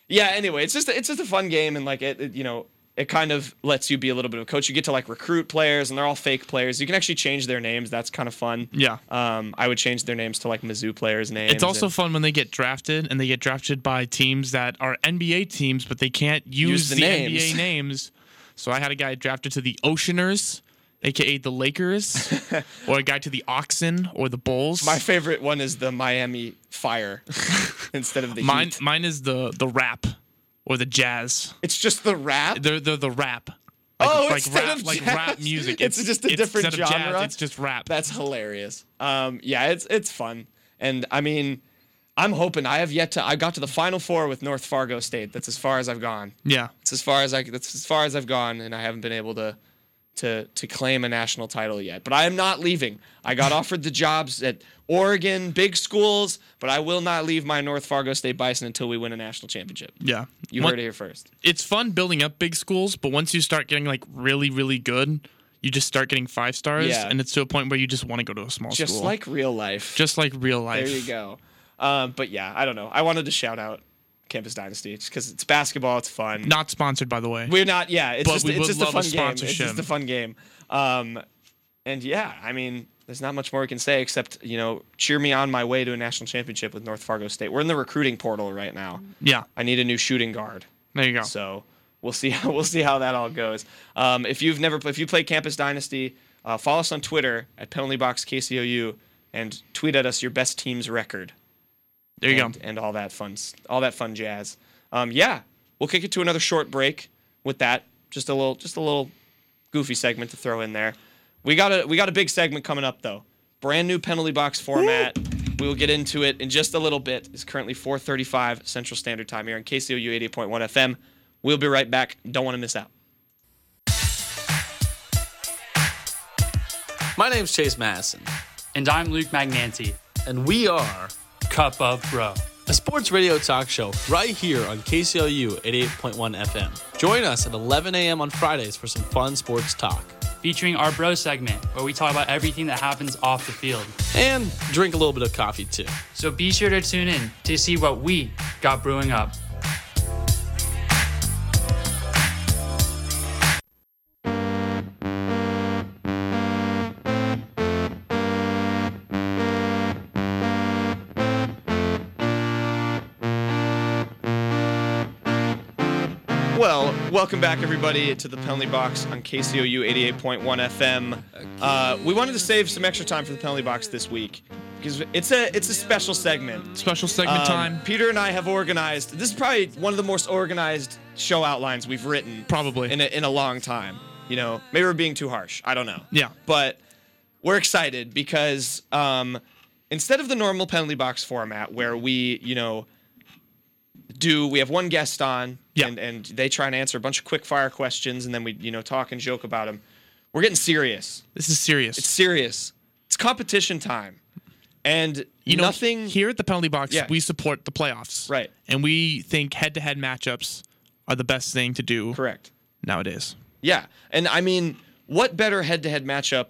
Speaker 2: yeah. Anyway, it's just it's just a fun game and like it, it you know it kind of lets you be a little bit of a coach. You get to like recruit players and they're all fake players. You can actually change their names. That's kind of fun.
Speaker 3: yeah,
Speaker 2: Um, I would change their names to like Mizzou players' names.
Speaker 3: it's also
Speaker 2: and
Speaker 3: fun when they get drafted and they get drafted by teams that are NBA teams, but they can't use,
Speaker 2: the
Speaker 3: the,
Speaker 2: names.
Speaker 3: NBA names. So I had a guy drafted to the Oceaners, aka the Lakers, or a guy to the Oxen or the Bulls.
Speaker 2: my favorite one is the Miami Fire instead of the
Speaker 3: mine,
Speaker 2: Heat.
Speaker 3: mine is the the Rap or the Jazz.
Speaker 2: It's just the rap.
Speaker 3: They're they're the Rap.
Speaker 2: Oh,
Speaker 3: like
Speaker 2: instead
Speaker 3: rap,
Speaker 2: of
Speaker 3: like
Speaker 2: jazz,
Speaker 3: rap music.
Speaker 2: it's just a different
Speaker 3: instead of jazz,
Speaker 2: genre.
Speaker 3: it's just rap.
Speaker 2: That's hilarious. Um, yeah, it's it's fun, and I mean, I'm hoping I have yet to. I got to the final four with North Fargo State. That's as far as I've gone.
Speaker 3: yeah.
Speaker 2: It's as far as I. That's as far as I've gone, and I haven't been able to to to claim a national title yet. But I am not leaving. I got offered the jobs at Oregon, big schools, but I will not leave my North Fargo State Bison until we win a national championship.
Speaker 3: Yeah.
Speaker 2: You
Speaker 3: One-
Speaker 2: heard it here first.
Speaker 3: it's fun building up big schools, but once you start getting like really, really good, you just start getting five stars,
Speaker 2: Yeah.
Speaker 3: and it's to a point where you just want to go to a small
Speaker 2: Just
Speaker 3: school,
Speaker 2: like real life.
Speaker 3: just like real life.
Speaker 2: There you go. Um, but yeah, I don't know. I wanted to shout out Campus Dynasty because it's basketball. It's fun.
Speaker 3: Not sponsored, by the way.
Speaker 2: We're not. Yeah, it's
Speaker 3: But
Speaker 2: just
Speaker 3: we
Speaker 2: it's
Speaker 3: would
Speaker 2: just a
Speaker 3: love
Speaker 2: fun
Speaker 3: a
Speaker 2: game. It's
Speaker 3: sponsorship.
Speaker 2: just a fun game. Um, and yeah, I mean, there's not much more we can say except you know, cheer me on my way to a national championship with North Fargo State. We're in the recruiting portal right now.
Speaker 3: yeah,
Speaker 2: I need a new shooting guard.
Speaker 3: there you go.
Speaker 2: So we'll see how we'll see how that all goes. Um, if you've never if you play Campus Dynasty, uh, follow us on Twitter at Penalty Box KCOU and tweet at us your best team's record
Speaker 3: there you
Speaker 2: and,
Speaker 3: go.
Speaker 2: and all that fun, s- all that fun jazz. Um, yeah, we'll kick it to another short break with that. Just a little, just a little goofy segment to throw in there. We got a we got a big segment coming up though. Brand new penalty box format. We will get into it in just a little bit. It's currently 4:35 Central Standard Time here on KCOU 88.1 FM. We'll be right back. Don't want to miss out.
Speaker 8: My name's Chase Madison,
Speaker 9: And I'm Luke Magnanti,
Speaker 8: and we are
Speaker 9: Cup of Bro.
Speaker 8: a sports radio talk show right here on KCLU 88.1 FM. Join us at 11 a.m. on Fridays for some fun sports talk.
Speaker 9: featuring our bro segment where we talk about everything that happens off the field.
Speaker 8: And drink a little bit of coffee too.
Speaker 9: So be sure to tune in to see what we got brewing up.
Speaker 2: Well, welcome back, everybody, to the penalty box on KCOU 88.1 FM. Uh, we wanted to save some extra time for the penalty box this week because it's a it's a special segment.
Speaker 3: Special segment
Speaker 2: Um,
Speaker 3: time,
Speaker 2: Peter and I have organized. This is probably one of the most organized show outlines we've written
Speaker 3: probably.
Speaker 2: in a, in a long time. You know, maybe we're being too harsh. I don't know.
Speaker 3: Yeah.
Speaker 2: But we're excited because um, instead of the normal penalty box format where we, you know, do we have one guest on
Speaker 3: Yeah.
Speaker 2: and, and they try and answer a bunch of quick fire questions and then we, you know, talk and joke about them. We're getting serious.
Speaker 3: this is serious.
Speaker 2: It's serious. It's competition time. And
Speaker 3: you know,
Speaker 2: nothing
Speaker 3: here at the penalty box,
Speaker 2: Yeah.
Speaker 3: we support the playoffs,
Speaker 2: Right.
Speaker 3: And we think head-to-head matchups are the best thing to do
Speaker 2: correct.
Speaker 3: nowadays.
Speaker 2: Yeah. And I mean, what better head to head matchup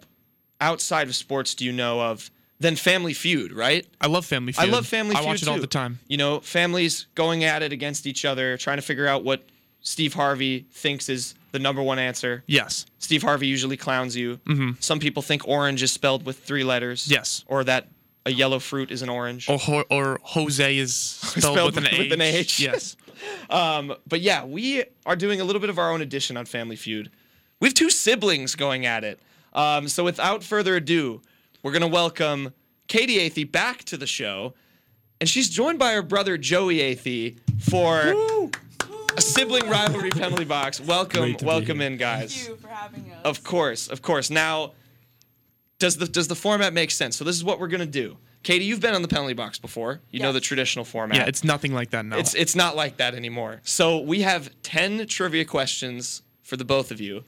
Speaker 2: outside of sports do you know of than Family Feud, right?
Speaker 3: I love Family
Speaker 2: I
Speaker 3: Feud.
Speaker 2: love Family Feud.
Speaker 3: I watch it all
Speaker 2: too.
Speaker 3: the time.
Speaker 2: You know, families going at it against each other, trying to figure out what Steve Harvey thinks is the number one answer.
Speaker 3: Yes.
Speaker 2: Steve Harvey usually clowns you. Some people think orange is spelled with three letters.
Speaker 3: Mm-hmm. Yes.
Speaker 2: Or that a yellow fruit is an orange.
Speaker 3: Or Ho- or Jose is spelled,
Speaker 2: Spelled
Speaker 3: with an H.
Speaker 2: with an H.
Speaker 3: Yes.
Speaker 2: But yeah, we are doing a little bit of our own edition on Family Feud. We have two siblings going at it. Um, so without further ado, we're going to welcome Katie Athey back to the show. And she's joined by her brother, Joey Athey, for a sibling rivalry penalty box. Welcome,
Speaker 8: Great to be
Speaker 2: welcome
Speaker 8: here.
Speaker 2: in, guys.
Speaker 10: Thank you for having us.
Speaker 2: Of course, of course. Now, does the does the format make sense? So this is what we're gonna do. Katie, you've been on the penalty box before. You know
Speaker 10: Yes.
Speaker 2: the traditional format.
Speaker 3: Yeah, it's nothing like that now.
Speaker 2: it's it's not like that anymore. So we have ten trivia questions for the both of you.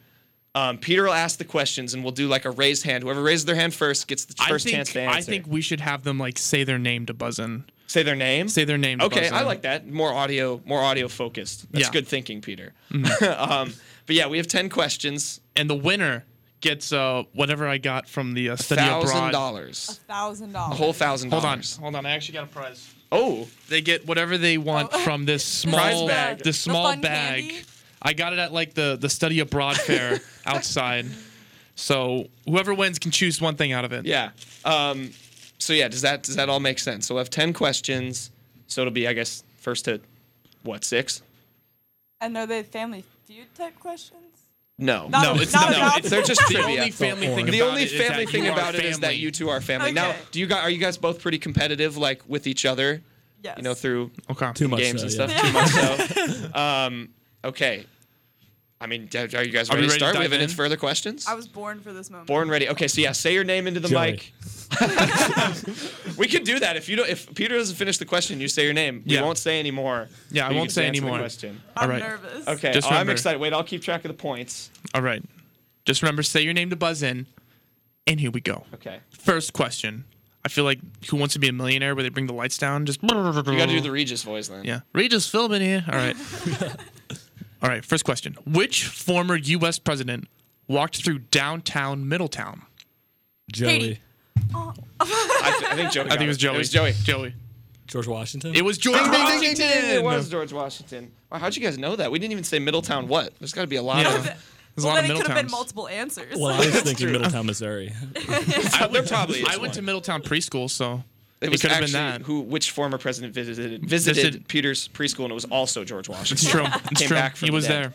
Speaker 2: Um, Peter will ask the questions, and we'll do like a raise hand. Whoever raises their hand first gets the first
Speaker 3: I think,
Speaker 2: chance to answer.
Speaker 3: I think we should have them like say their name to buzz in.
Speaker 2: say their name.
Speaker 3: Say their name. To
Speaker 2: Okay,
Speaker 3: buzz
Speaker 2: I
Speaker 3: in.
Speaker 2: like that. More audio, more audio focused. That's
Speaker 3: Yeah. Mm-hmm.
Speaker 2: good thinking, Peter. um, but yeah, we have ten questions.
Speaker 3: And the winner gets uh, whatever I got from the uh, study
Speaker 2: Thousand
Speaker 3: abroad.
Speaker 2: dollars.
Speaker 10: Thousand dollars.
Speaker 2: A whole thousand
Speaker 3: Hold on,
Speaker 2: dollars.
Speaker 3: hold on. I actually got a prize.
Speaker 2: Oh,
Speaker 3: They get whatever they want from this
Speaker 2: Prize
Speaker 3: small
Speaker 2: bag.
Speaker 3: The small
Speaker 10: Oh. fun
Speaker 3: bag.
Speaker 10: candy?
Speaker 3: I got it at like the the study abroad fair outside. So whoever wins can choose one thing out of it.
Speaker 2: yeah. Um, so yeah, does that does that all make sense? So we'll have ten questions. So it'll be, I guess, first to what six?
Speaker 10: And are they family feud type questions?
Speaker 2: No,
Speaker 10: Not-
Speaker 3: No, it's
Speaker 10: not
Speaker 3: not.
Speaker 10: about-
Speaker 2: They're just
Speaker 3: The
Speaker 2: trivia.
Speaker 3: only family
Speaker 8: The
Speaker 3: thing.
Speaker 2: the
Speaker 3: about
Speaker 2: only
Speaker 3: it is
Speaker 2: family
Speaker 3: that
Speaker 2: thing
Speaker 3: you are
Speaker 2: about it is that
Speaker 3: family.
Speaker 2: you two are family.
Speaker 10: Okay.
Speaker 2: Now, do you guys are you guys both pretty competitive, like with each other?
Speaker 10: Yes.
Speaker 2: You know, through
Speaker 3: Okay.
Speaker 8: Too much
Speaker 2: games and
Speaker 8: so,
Speaker 2: stuff.
Speaker 8: yeah.
Speaker 2: Too much so. Um, okay. I mean, d- are you guys
Speaker 3: Are
Speaker 2: ready to
Speaker 3: we ready to
Speaker 2: start? We have
Speaker 3: dive
Speaker 2: any
Speaker 3: in?
Speaker 2: further questions?
Speaker 10: I was born for this moment.
Speaker 2: Born ready. Okay, so yeah, say your name into the
Speaker 8: Joey.
Speaker 2: mic. we could do that if you don't. If Peter doesn't finish the question, you say your name.
Speaker 3: Yeah.
Speaker 2: We won't say anymore.
Speaker 3: Yeah, I
Speaker 2: but you
Speaker 3: won't
Speaker 2: can
Speaker 3: say
Speaker 2: answer the
Speaker 3: anymore.
Speaker 2: Question.
Speaker 10: I'm
Speaker 3: All right.
Speaker 10: nervous.
Speaker 2: Okay,
Speaker 3: Just
Speaker 2: oh, I'm
Speaker 3: remember-
Speaker 2: excited. Wait, I'll keep track of the points.
Speaker 3: All right. Just remember, say your name to buzz in, and here we go.
Speaker 2: Okay,
Speaker 3: First question. I feel like Who Wants to Be a Millionaire, where they bring the lights down. Just
Speaker 2: you got to do the Regis voice then.
Speaker 3: yeah. Regis Philbin here. All right. All right. First question. Which former U.S. president walked through downtown Middletown?
Speaker 8: Joey.
Speaker 10: Katie.
Speaker 2: I, th- I think Joey.
Speaker 3: I think it was Joey.
Speaker 2: It was Joey.
Speaker 3: Joey.
Speaker 8: George Washington.
Speaker 3: It was George Washington.
Speaker 2: It was George Washington. Wow, how'd you guys know that? We didn't even say Middletown. What? There's got to be a lot
Speaker 3: Yeah.
Speaker 2: of.
Speaker 3: There's a
Speaker 10: well,
Speaker 3: lot of
Speaker 10: then it could have been
Speaker 3: Middletowns.
Speaker 10: multiple answers.
Speaker 8: well, I was thinking Middletown, Missouri.
Speaker 2: I, there probably. Is
Speaker 3: I went to
Speaker 2: one.
Speaker 3: Middletown preschool, so it,
Speaker 2: It, was
Speaker 3: could have been
Speaker 2: actually
Speaker 3: that.
Speaker 2: Who? Which former president visited visited
Speaker 3: Visited-
Speaker 2: Peter's preschool, and it was also George Washington.
Speaker 3: it's true. It's
Speaker 2: Came
Speaker 3: true.
Speaker 2: back from
Speaker 3: he
Speaker 2: the
Speaker 3: was
Speaker 2: dead.
Speaker 3: there.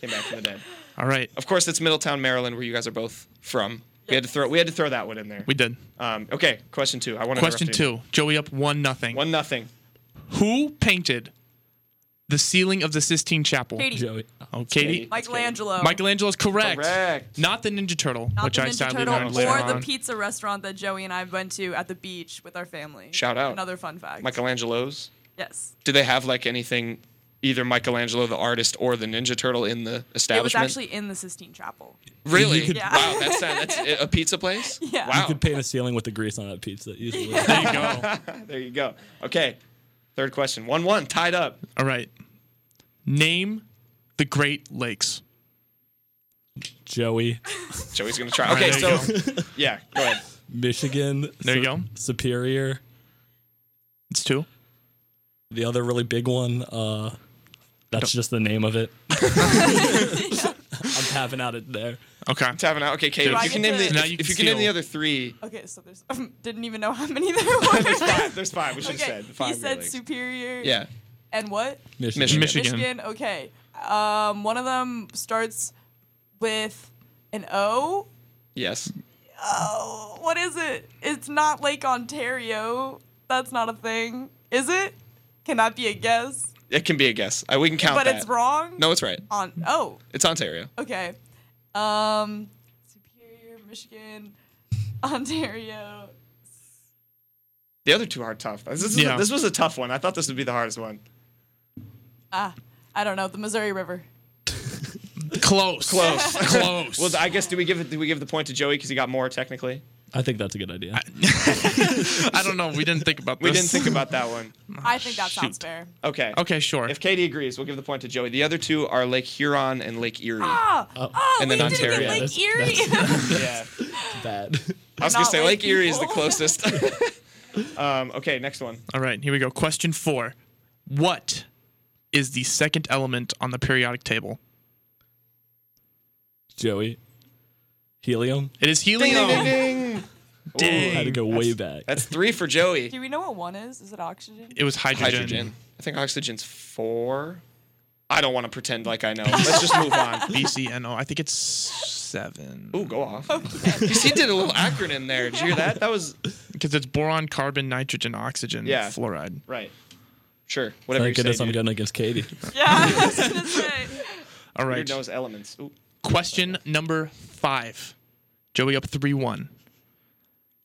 Speaker 2: Came back from the dead.
Speaker 3: All right.
Speaker 2: Of course, it's Middletown, Maryland, where you guys are both from. We had to throw we had to throw that one in there.
Speaker 3: We did.
Speaker 2: Um, okay, question two. I want to
Speaker 3: Question two. Joey up one nothing.
Speaker 2: One nothing.
Speaker 3: Who painted the ceiling of the Sistine Chapel?
Speaker 10: Katie.
Speaker 8: Joey.
Speaker 3: Oh, Katie.
Speaker 2: Katie.
Speaker 10: Michelangelo.
Speaker 3: Michelangelo's correct.
Speaker 2: Correct.
Speaker 3: Not the Ninja Turtle,
Speaker 10: Not
Speaker 3: which
Speaker 10: the
Speaker 3: I
Speaker 10: Ninja
Speaker 3: sadly
Speaker 10: Turtle
Speaker 3: learned later
Speaker 10: or the
Speaker 3: on.
Speaker 10: pizza restaurant that Joey and I went to at the beach with our family.
Speaker 2: Shout out.
Speaker 10: Another fun fact.
Speaker 2: Michelangelo's.
Speaker 10: Yes.
Speaker 2: Do they have like anything, either Michelangelo the artist or the Ninja Turtle in the
Speaker 10: It was
Speaker 2: establishment?
Speaker 10: actually in the Sistine Chapel.
Speaker 2: Really?
Speaker 8: You could-
Speaker 10: Yeah.
Speaker 2: Wow, that's, that's a pizza place?
Speaker 10: Yeah.
Speaker 2: Wow.
Speaker 10: You
Speaker 8: You could paint a ceiling with the grease on that pizza easily.
Speaker 3: There you go.
Speaker 2: there you go. Okay. Third question. 1 1, tied up.
Speaker 3: All right. Name the Great Lakes.
Speaker 8: Joey,
Speaker 2: Joey's going to try. Okay,
Speaker 3: there
Speaker 2: so,
Speaker 3: you
Speaker 2: yeah, go ahead.
Speaker 8: Michigan.
Speaker 3: There you go.
Speaker 8: Superior.
Speaker 3: It's two.
Speaker 8: The other really big one. Uh, that's just the name of it. I'm tapping out it there.
Speaker 3: Okay.
Speaker 2: Tavern out. Okay, Kate,
Speaker 10: Do
Speaker 2: if
Speaker 10: I
Speaker 2: you can
Speaker 10: get
Speaker 2: name
Speaker 10: to-
Speaker 2: the,
Speaker 3: Now
Speaker 2: if,
Speaker 3: you
Speaker 2: you,
Speaker 3: can
Speaker 2: can name the
Speaker 3: steal.
Speaker 2: other three,
Speaker 10: Okay, so there's didn't even know how many there were.
Speaker 2: there's five. There's five. We should have
Speaker 10: okay,
Speaker 2: said.
Speaker 10: he
Speaker 2: Five
Speaker 10: said
Speaker 2: really.
Speaker 10: Superior.
Speaker 2: Yeah.
Speaker 10: And what?
Speaker 8: Michigan.
Speaker 2: Michigan.
Speaker 3: Michigan.
Speaker 10: Okay. Um, one of them starts with an O.
Speaker 2: Yes.
Speaker 10: Oh, what is it? It's not Lake Ontario. That's not a thing, is it? Can that be a guess?
Speaker 2: It can be a guess. I, we can count
Speaker 10: but
Speaker 2: that.
Speaker 10: it's wrong.
Speaker 2: No, it's right.
Speaker 10: On oh,
Speaker 2: It's Ontario.
Speaker 10: okay. Um, Superior, Michigan, Ontario.
Speaker 2: The other two are tough. This, is
Speaker 3: Yeah.
Speaker 2: this was a tough one. I thought this would be the hardest one.
Speaker 10: Ah, I don't know. The Missouri River.
Speaker 3: Close.
Speaker 2: Close.
Speaker 3: Close.
Speaker 2: Well, I guess do we give it? Do we give the point to Joey because he got more technically?
Speaker 8: I think that's a good idea.
Speaker 3: I don't know. We didn't think about this.
Speaker 2: We didn't think about that one.
Speaker 10: I think that sounds
Speaker 3: shoot.
Speaker 10: fair.
Speaker 2: Okay.
Speaker 3: Okay, sure.
Speaker 2: If Katie agrees, we'll give the point to Joey. The other two are Lake Huron and Lake Erie.
Speaker 10: Ah, oh,
Speaker 2: And
Speaker 10: we
Speaker 2: then
Speaker 10: didn't get
Speaker 2: Ontario.
Speaker 10: Lake
Speaker 8: That's-
Speaker 10: Erie.
Speaker 2: yeah.
Speaker 8: Bad.
Speaker 2: I was gonna
Speaker 10: Not
Speaker 2: say
Speaker 10: Lake
Speaker 2: Lake Erie is the
Speaker 10: people.
Speaker 2: closest. um, okay, next one.
Speaker 3: All right, here we go. Question four. What is the second element on the periodic table?
Speaker 11: Joey. Helium.
Speaker 3: It is
Speaker 2: Ding, ding, ding,
Speaker 3: helium.
Speaker 2: ding.
Speaker 11: I had to go way back.
Speaker 2: That's three for Joey.
Speaker 10: Do we know what one is? Is it oxygen?
Speaker 3: It was hydrogen.
Speaker 2: Hydrogen. I think oxygen's four. I don't want to pretend like I know. Let's just move on.
Speaker 3: BCNO. I think it's seven.
Speaker 2: Ooh, go off. You see, did a little acronym there. Did you hear that? That was
Speaker 3: Because it's boron, carbon, nitrogen, oxygen,
Speaker 2: Yeah.
Speaker 3: fluoride.
Speaker 2: right. Sure. Whatever
Speaker 11: Thank
Speaker 2: you
Speaker 11: goodness
Speaker 2: say.
Speaker 11: I'm
Speaker 2: dude.
Speaker 11: going against Katie.
Speaker 10: Yeah, I was gonna say.
Speaker 3: All right.
Speaker 2: Weird knows elements. Ooh.
Speaker 3: Question number five. Joey up 3 1.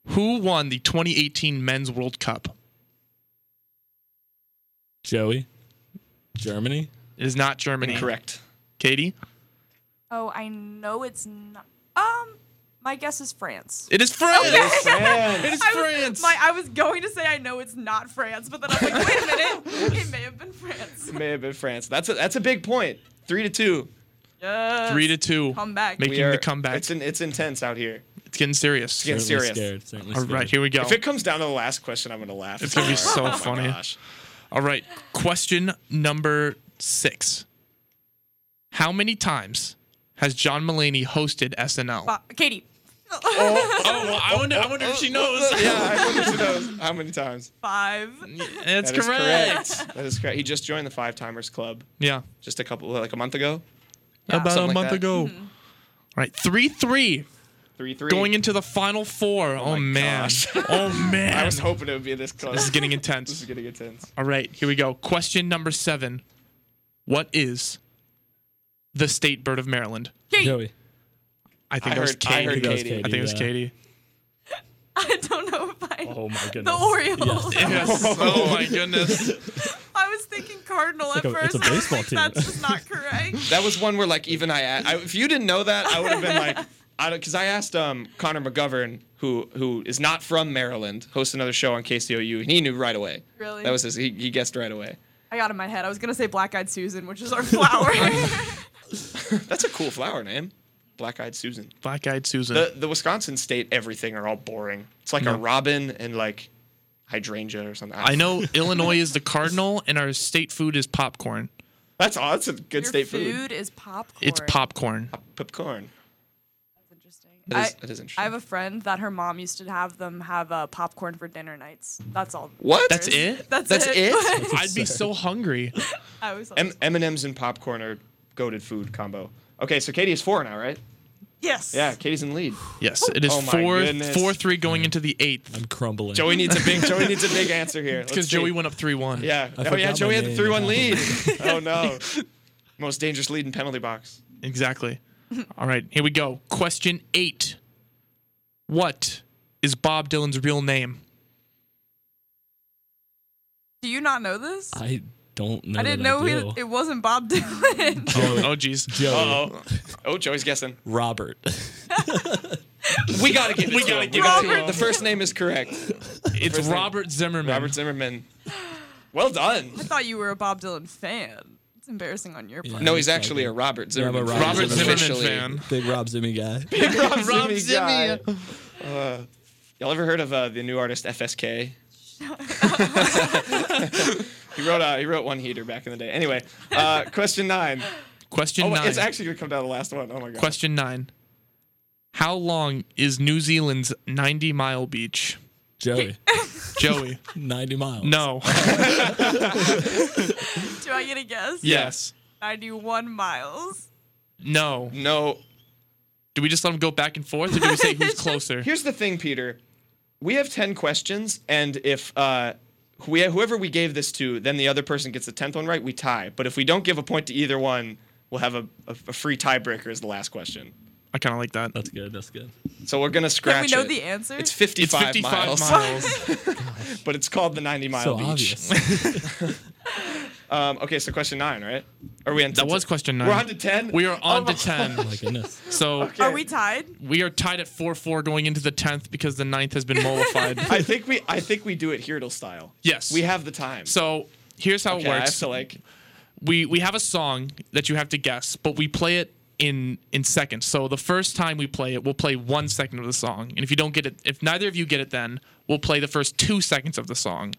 Speaker 3: Who won the 2018 Men's World Cup?
Speaker 11: Joey. Germany.
Speaker 3: It is not Germany.
Speaker 2: Incorrect.
Speaker 3: Katie?
Speaker 10: Oh, I know it's not. Um, my guess is France.
Speaker 3: It is France.
Speaker 2: France.
Speaker 3: It is
Speaker 10: I was,
Speaker 3: France.
Speaker 10: My, I was going to say I know it's not France, but then I was like, wait a minute, it may have been France.
Speaker 2: May have been France. That's a that's a big point. Three to two.
Speaker 10: Yes.
Speaker 3: Three to two.
Speaker 10: Come back.
Speaker 3: Making
Speaker 2: We are,
Speaker 3: the comeback.
Speaker 2: It's in, it's intense out here.
Speaker 3: it's getting serious.
Speaker 2: It's
Speaker 11: Certainly
Speaker 2: serious.
Speaker 11: scared. Certainly
Speaker 3: All
Speaker 11: scared.
Speaker 3: right, here we go.
Speaker 2: If it comes down to the last question, I'm gonna laugh. Oh
Speaker 3: It's gonna be so funny.
Speaker 2: gosh.
Speaker 3: All right. Question number six. How many times has John Mulaney hosted SNL?
Speaker 10: Ba- Katie,
Speaker 11: Oh, well, I wonder, I wonder if she knows.
Speaker 2: yeah, I wonder if she knows how many times.
Speaker 10: five.
Speaker 3: That's
Speaker 2: That is
Speaker 3: correct.
Speaker 2: That is correct. He just joined the Five Timers Club
Speaker 3: Yeah.
Speaker 2: just a couple, like a month ago.
Speaker 3: About a
Speaker 2: Something like
Speaker 3: month
Speaker 2: that. Mm-hmm.
Speaker 3: ago. All right. 3 3.
Speaker 2: Three three.
Speaker 3: Going into the final four. Oh, man.
Speaker 2: gosh.
Speaker 3: Oh, man.
Speaker 2: I was hoping it would be this close.
Speaker 3: This is getting
Speaker 2: This
Speaker 3: intense.
Speaker 2: is getting intense.
Speaker 3: All right, here we go. Question number seven. What is the state bird of Maryland?
Speaker 10: Katie,
Speaker 11: Joey.
Speaker 3: I think
Speaker 2: I
Speaker 3: it was
Speaker 2: heard- I
Speaker 3: Katie.
Speaker 2: heard
Speaker 3: I think it was
Speaker 2: Katie.
Speaker 3: I think it was
Speaker 11: Yeah.
Speaker 3: Katie.
Speaker 10: I don't know if I.
Speaker 11: Oh, my
Speaker 10: the
Speaker 11: goodness.
Speaker 10: Orioles.
Speaker 3: oh my goodness.
Speaker 10: I was thinking Cardinal at
Speaker 11: like a- it's
Speaker 10: first.
Speaker 11: a
Speaker 10: I was
Speaker 11: baseball
Speaker 10: like,
Speaker 11: team.
Speaker 10: That's just not correct.
Speaker 2: That was one where like even I, I if you didn't know that, I would have been like, I don't, because I asked um Connor McGovern who who is not from Maryland, hosts another show on KCOU, and he knew right away.
Speaker 10: Really?
Speaker 2: That was his. He, he guessed right away.
Speaker 10: I got in my head. I was gonna say Black Eyed Susan, which is our flower.
Speaker 2: That's a cool flower name. Black eyed Susan.
Speaker 3: Black eyed Susan.
Speaker 2: The the Wisconsin state everything are all boring. It's like a robin and like hydrangea or something.
Speaker 3: I know Illinois is the cardinal and our state food is popcorn.
Speaker 2: That's all. That's a good
Speaker 10: Your
Speaker 2: state
Speaker 10: food,
Speaker 2: food.
Speaker 10: is popcorn.
Speaker 3: It's popcorn.
Speaker 2: Popcorn.
Speaker 10: That's interesting.
Speaker 2: That is,
Speaker 10: I-
Speaker 2: that is interesting.
Speaker 10: I have a friend that her mom used to have them have uh, popcorn for dinner nights. That's all.
Speaker 2: what?
Speaker 3: That's it?
Speaker 10: That's,
Speaker 2: That's it?
Speaker 3: I'd be so hungry.
Speaker 10: I was like,
Speaker 2: M and M's and popcorn are goaded food combo. Okay, so Katie is four now, right?
Speaker 10: yes.
Speaker 2: Yeah, Katie's in lead.
Speaker 3: Yes, it is
Speaker 2: Oh
Speaker 3: four
Speaker 2: my
Speaker 3: four
Speaker 2: goodness.
Speaker 3: three going into the eighth
Speaker 11: I'm crumbling.
Speaker 2: Joey needs a big. Joey needs a big answer here. Let's
Speaker 3: because
Speaker 2: see.
Speaker 3: Joey went up three one.
Speaker 2: Yeah.
Speaker 11: I
Speaker 2: oh yeah,
Speaker 11: forgot
Speaker 2: Joey
Speaker 11: my
Speaker 2: had the
Speaker 11: name.
Speaker 2: three-one lead. oh no. Most dangerous lead in penalty box.
Speaker 3: exactly. All right, here we go. Question eight. What is Bob Dylan's real name?
Speaker 10: Do you not know this?
Speaker 11: I don't know.
Speaker 10: I didn't
Speaker 11: that
Speaker 10: know
Speaker 11: I
Speaker 10: it,
Speaker 11: do.
Speaker 10: it wasn't Bob Dylan.
Speaker 11: Joey.
Speaker 3: Oh geez.
Speaker 11: Joey.
Speaker 2: Oh. Oh, Joey's guessing.
Speaker 11: Robert.
Speaker 2: We gotta give it
Speaker 3: We
Speaker 2: to
Speaker 3: gotta
Speaker 2: him.
Speaker 3: give
Speaker 2: We gotta
Speaker 10: it to him.
Speaker 2: The first name is correct.
Speaker 3: It's
Speaker 2: First name.
Speaker 3: Robert Zimmerman.
Speaker 2: Robert Zimmerman. Well done.
Speaker 10: I thought you were a Bob Dylan fan. It's embarrassing on your part.
Speaker 2: No, he's actually a Robert
Speaker 11: I'm a
Speaker 2: Zimmerman.
Speaker 11: Robert
Speaker 3: Robert Zimmerman
Speaker 2: Officially.
Speaker 3: fan.
Speaker 11: Big Rob Zimmy guy.
Speaker 2: Rob Zimmy. Uh, y'all ever heard of uh, the new artist FSK? he wrote uh, he wrote one heater back in the day. Anyway, uh, question nine.
Speaker 3: Question
Speaker 2: Oh,
Speaker 3: nine.
Speaker 2: it's actually gonna come down to the last one. Oh my god.
Speaker 3: Question nine. How long is New Zealand's 90 mile beach?
Speaker 11: Joey.
Speaker 3: Joey.
Speaker 11: 90 miles.
Speaker 3: No.
Speaker 10: Do I get a guess?
Speaker 3: yes.
Speaker 10: 91 miles.
Speaker 3: No.
Speaker 2: No.
Speaker 3: Do we just let them go back and forth or do we say who's closer?
Speaker 2: Here's the thing, Peter. We have ten questions, and if uh, we whoever we gave this to, then the other person gets the tenth one right, we tie. But if we don't give a point to either one, we'll have a, a, a free tiebreaker as the last question.
Speaker 3: I kind of like that.
Speaker 11: That's good. That's good.
Speaker 2: So we're gonna
Speaker 10: Can
Speaker 2: scratch.
Speaker 10: we know
Speaker 2: it.
Speaker 10: the answer?
Speaker 2: It's
Speaker 3: It's
Speaker 2: 55,
Speaker 3: 55
Speaker 2: miles,
Speaker 3: miles.
Speaker 2: but it's called the 90 mile
Speaker 11: So
Speaker 2: beach.
Speaker 11: obvious.
Speaker 2: Um, okay, so question nine, right? Are we on?
Speaker 3: That
Speaker 2: to-
Speaker 3: was question nine.
Speaker 2: We're on to ten.
Speaker 3: We are on
Speaker 2: Oh
Speaker 3: to 10.
Speaker 11: oh my goodness.
Speaker 3: So
Speaker 10: Are we tied?
Speaker 3: we are tied at 4 4 going into the 10th because the 9th has been mollified.
Speaker 2: I think we. I think we do it Heerdle style.
Speaker 3: yes.
Speaker 2: We have the time.
Speaker 3: So here's how
Speaker 2: okay,
Speaker 3: it
Speaker 2: I have
Speaker 3: works.
Speaker 2: to like.
Speaker 3: we we have a song that you have to guess, but we play it in in seconds. So the first time we play it, we'll play one second of the song, and if you don't get it, if neither of you get it, then we'll play the first two seconds of the song,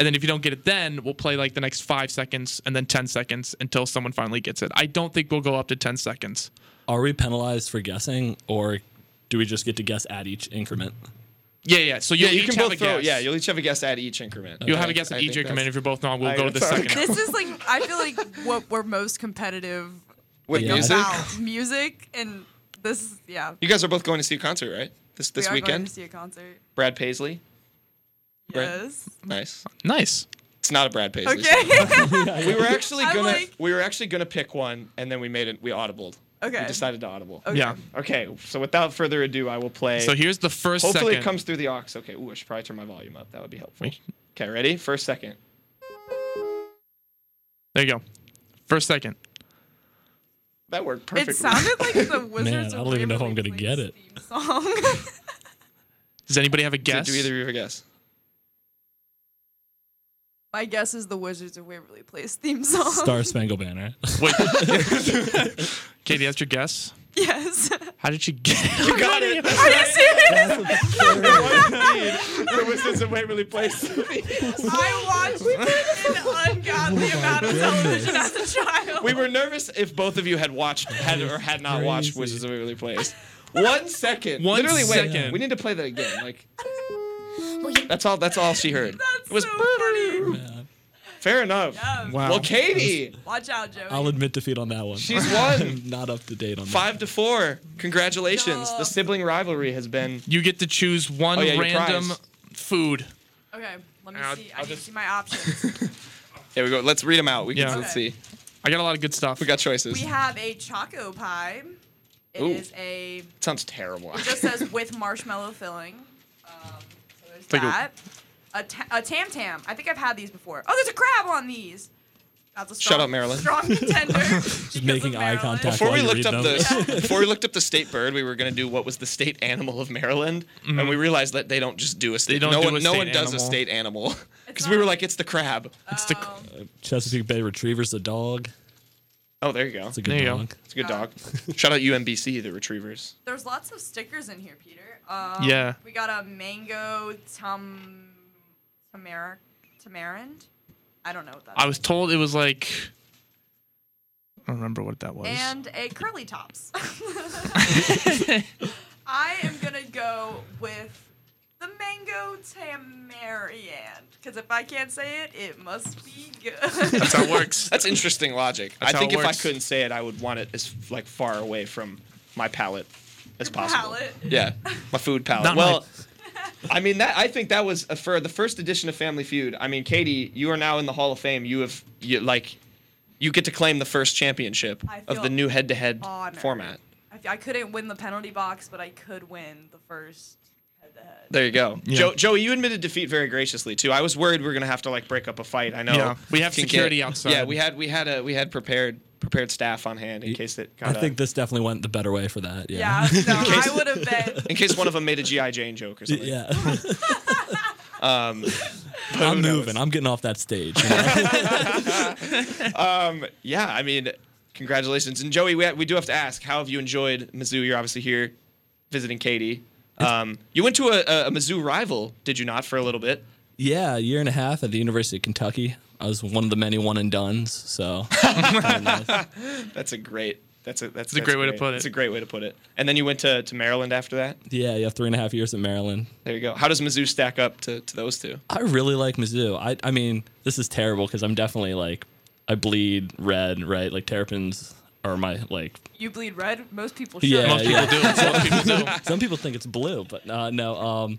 Speaker 3: And then if you don't get it then, we'll play like the next five seconds and then 10 seconds until someone finally gets it. I don't think we'll go up to 10 seconds.
Speaker 11: Are we penalized for guessing, or do we just get to guess at each increment?
Speaker 3: Yeah, yeah. So
Speaker 2: yeah,
Speaker 3: you'll
Speaker 2: you
Speaker 3: each
Speaker 2: can
Speaker 3: have
Speaker 2: both
Speaker 3: a
Speaker 2: throw.
Speaker 3: guess.
Speaker 2: Yeah, you'll each have a guess at each increment.
Speaker 3: You'll have a guess at each increment. If you're both wrong, we'll
Speaker 2: I-
Speaker 3: go to the
Speaker 2: that's how it
Speaker 3: second.
Speaker 2: goes.
Speaker 10: This is like I feel like what we're most competitive
Speaker 2: With
Speaker 3: Yeah.
Speaker 2: music,
Speaker 10: about music and this. Yeah,
Speaker 2: you guys are both going to see a concert, right? This this
Speaker 10: we are going
Speaker 2: weekend,
Speaker 10: to see a concert.
Speaker 2: Brad Paisley. Brad-
Speaker 10: Yes.
Speaker 2: Nice.
Speaker 3: Nice.
Speaker 2: It's not a Brad Paisley. song.
Speaker 10: Okay.
Speaker 2: we were actually
Speaker 10: I'm
Speaker 2: gonna
Speaker 10: like-
Speaker 2: we were actually gonna pick one, and then we made it. We audibled.
Speaker 10: Okay.
Speaker 2: We decided to audible.
Speaker 10: Okay.
Speaker 3: Yeah.
Speaker 2: Okay. So without further ado, I will play.
Speaker 3: So here's the first
Speaker 2: Hopefully
Speaker 3: second.
Speaker 2: it comes through the aux. Okay. Ooh, I should probably turn my volume up. That would be helpful. Okay. Ready? First second.
Speaker 3: There you go. First second.
Speaker 2: That worked perfectly.
Speaker 10: It sounded like the Wizards
Speaker 11: Man, I
Speaker 10: of
Speaker 11: don't even know if I'm
Speaker 10: Waverly
Speaker 11: gonna get it.
Speaker 10: Place song.
Speaker 3: Does anybody have a
Speaker 2: Do-
Speaker 3: guess?
Speaker 2: Do either of you have a guess?
Speaker 10: My guess is the Wizards of Waverly Place theme song.
Speaker 11: Star Spangled Banner.
Speaker 3: Wait. Katie, that's your guess.
Speaker 10: Yes.
Speaker 3: How did you get it?
Speaker 2: You got it.
Speaker 10: Are you serious?
Speaker 2: the Wizards of Waverly Place.
Speaker 10: I watched an
Speaker 11: Oh
Speaker 10: ungodly amount of television as a child.
Speaker 2: we were nervous if both of you had watched had or had not watched
Speaker 11: Crazy.
Speaker 2: Wizards of Waverly Place. One second.
Speaker 3: One
Speaker 2: Literally, wait.
Speaker 3: second.
Speaker 2: We need to play that again. Like. That's all. That's all she heard.
Speaker 10: That's
Speaker 2: it was
Speaker 10: so funny.
Speaker 2: fair enough.
Speaker 10: Yeah.
Speaker 3: Wow.
Speaker 2: Well, Katie,
Speaker 10: Watch out, Joey.
Speaker 11: I'll admit defeat on that one.
Speaker 2: she's won
Speaker 11: I'm not up to date on
Speaker 2: five to four. Congratulations.
Speaker 10: No.
Speaker 2: The sibling rivalry has been.
Speaker 3: You get to choose one
Speaker 2: Oh, yeah, your
Speaker 3: random
Speaker 2: prize.
Speaker 3: food.
Speaker 10: okay, let me
Speaker 3: I'll-
Speaker 10: see.
Speaker 3: I'll
Speaker 10: I need to
Speaker 3: just-
Speaker 10: see my options.
Speaker 2: There we go. Let's read them out. We
Speaker 3: Yeah.
Speaker 2: can let's see.
Speaker 3: I got a lot of good stuff.
Speaker 2: We got choices.
Speaker 10: we have a choco pie. It is
Speaker 2: Ooh.
Speaker 10: a
Speaker 2: Sounds terrible.
Speaker 10: just says with marshmallow filling. Um, so there's
Speaker 3: Like a-
Speaker 10: that. A, ta- a tam tam. I think I've had these before. Oh, there's a crab on these. That's a strong,
Speaker 2: up, Maryland.
Speaker 10: Strong contender. Just
Speaker 11: making eye contact.
Speaker 2: before we
Speaker 11: While you
Speaker 2: looked
Speaker 11: read
Speaker 2: up
Speaker 11: them.
Speaker 2: the before we looked up the state bird, we were gonna do what was the state animal of Maryland, and we realized that they don't just do a state.
Speaker 3: Mm-hmm. They don't
Speaker 2: no
Speaker 3: do
Speaker 2: one,
Speaker 3: a
Speaker 2: no
Speaker 3: state
Speaker 2: one does a
Speaker 3: animal. Oh.
Speaker 2: state animal because we
Speaker 10: not-
Speaker 2: were like, it's the crab.
Speaker 3: It's the-
Speaker 11: Chesapeake Bay Retrievers, the dog.
Speaker 2: Oh, there you go.
Speaker 11: It's a good
Speaker 3: There you go.
Speaker 11: dog.
Speaker 2: It's a good dog. Shout out UMBC, the Retrievers.
Speaker 10: There's lots of stickers in here, Peter. Um,
Speaker 3: Yeah.
Speaker 10: We got a mango tam tamarind. Tamarind. I don't know what that is.
Speaker 3: I was told it was like. I don't remember what that was.
Speaker 10: and a curly tops. I am gonna go with the mango tamarind because if I can't say it, it must be good.
Speaker 3: That's how it works.
Speaker 2: That's interesting logic.
Speaker 3: That's
Speaker 2: I
Speaker 3: how
Speaker 2: think
Speaker 3: it
Speaker 2: if I
Speaker 3: works.
Speaker 2: couldn't say it, I would want it as like far away from my palate as
Speaker 10: Your
Speaker 2: possible.
Speaker 10: palate?
Speaker 2: Yeah, my food palate.
Speaker 3: Not
Speaker 2: well, I mean that. I think that was uh, for the first edition of Family Feud. I mean, Katie, you are now in the Hall of Fame. You have you like, you get to claim the first championship
Speaker 10: I
Speaker 2: of the
Speaker 10: feel
Speaker 2: new head-to-head
Speaker 10: honored.
Speaker 2: format.
Speaker 10: I, I couldn't win the penalty box, but I could win the first head-to-head.
Speaker 2: There you go, Jo- Joey. You admitted defeat very graciously too. I was worried we were gonna have to like break up a fight. I know.
Speaker 3: Yeah, we have
Speaker 2: Can get-
Speaker 3: security outside.
Speaker 2: Yeah, we had we had a we had prepared prepared staff on hand in case it.
Speaker 11: I
Speaker 2: Got
Speaker 11: think
Speaker 2: a,
Speaker 11: this definitely went the better way for that.
Speaker 10: Yeah,
Speaker 11: Yeah.
Speaker 10: no, I would have been.
Speaker 2: in case one of them made a GI Jane joke or something.
Speaker 11: Yeah.
Speaker 2: Um,
Speaker 11: I'm moving. I'm getting off that stage. you know?
Speaker 2: yeah, I mean, congratulations. And Joey, we, ha- we do have to ask, how have you enjoyed Mizzou? You're obviously here visiting Katie. Um, you went to a, a, a Mizzou rival, did you not, for a little bit?
Speaker 11: yeah, a year and a half at the University of Kentucky. I was one of the many one and done's. So I
Speaker 2: That's a great. That's a that's,
Speaker 3: a great way to put it.
Speaker 2: It's a great way to put it. And then you went to, to Maryland after that.
Speaker 11: yeah, yeah, three and a half years at Maryland.
Speaker 2: There you go. How does Mizzou stack up to, to those two?
Speaker 11: I really like Mizzou. I I mean, this is terrible because I'm definitely like I bleed red, right? Like terrapins are my like
Speaker 10: You bleed red. Most people should.
Speaker 11: Yeah,
Speaker 3: Most people
Speaker 11: yeah.
Speaker 3: do. Most people do.
Speaker 11: Some people think it's blue, but uh, no. Um,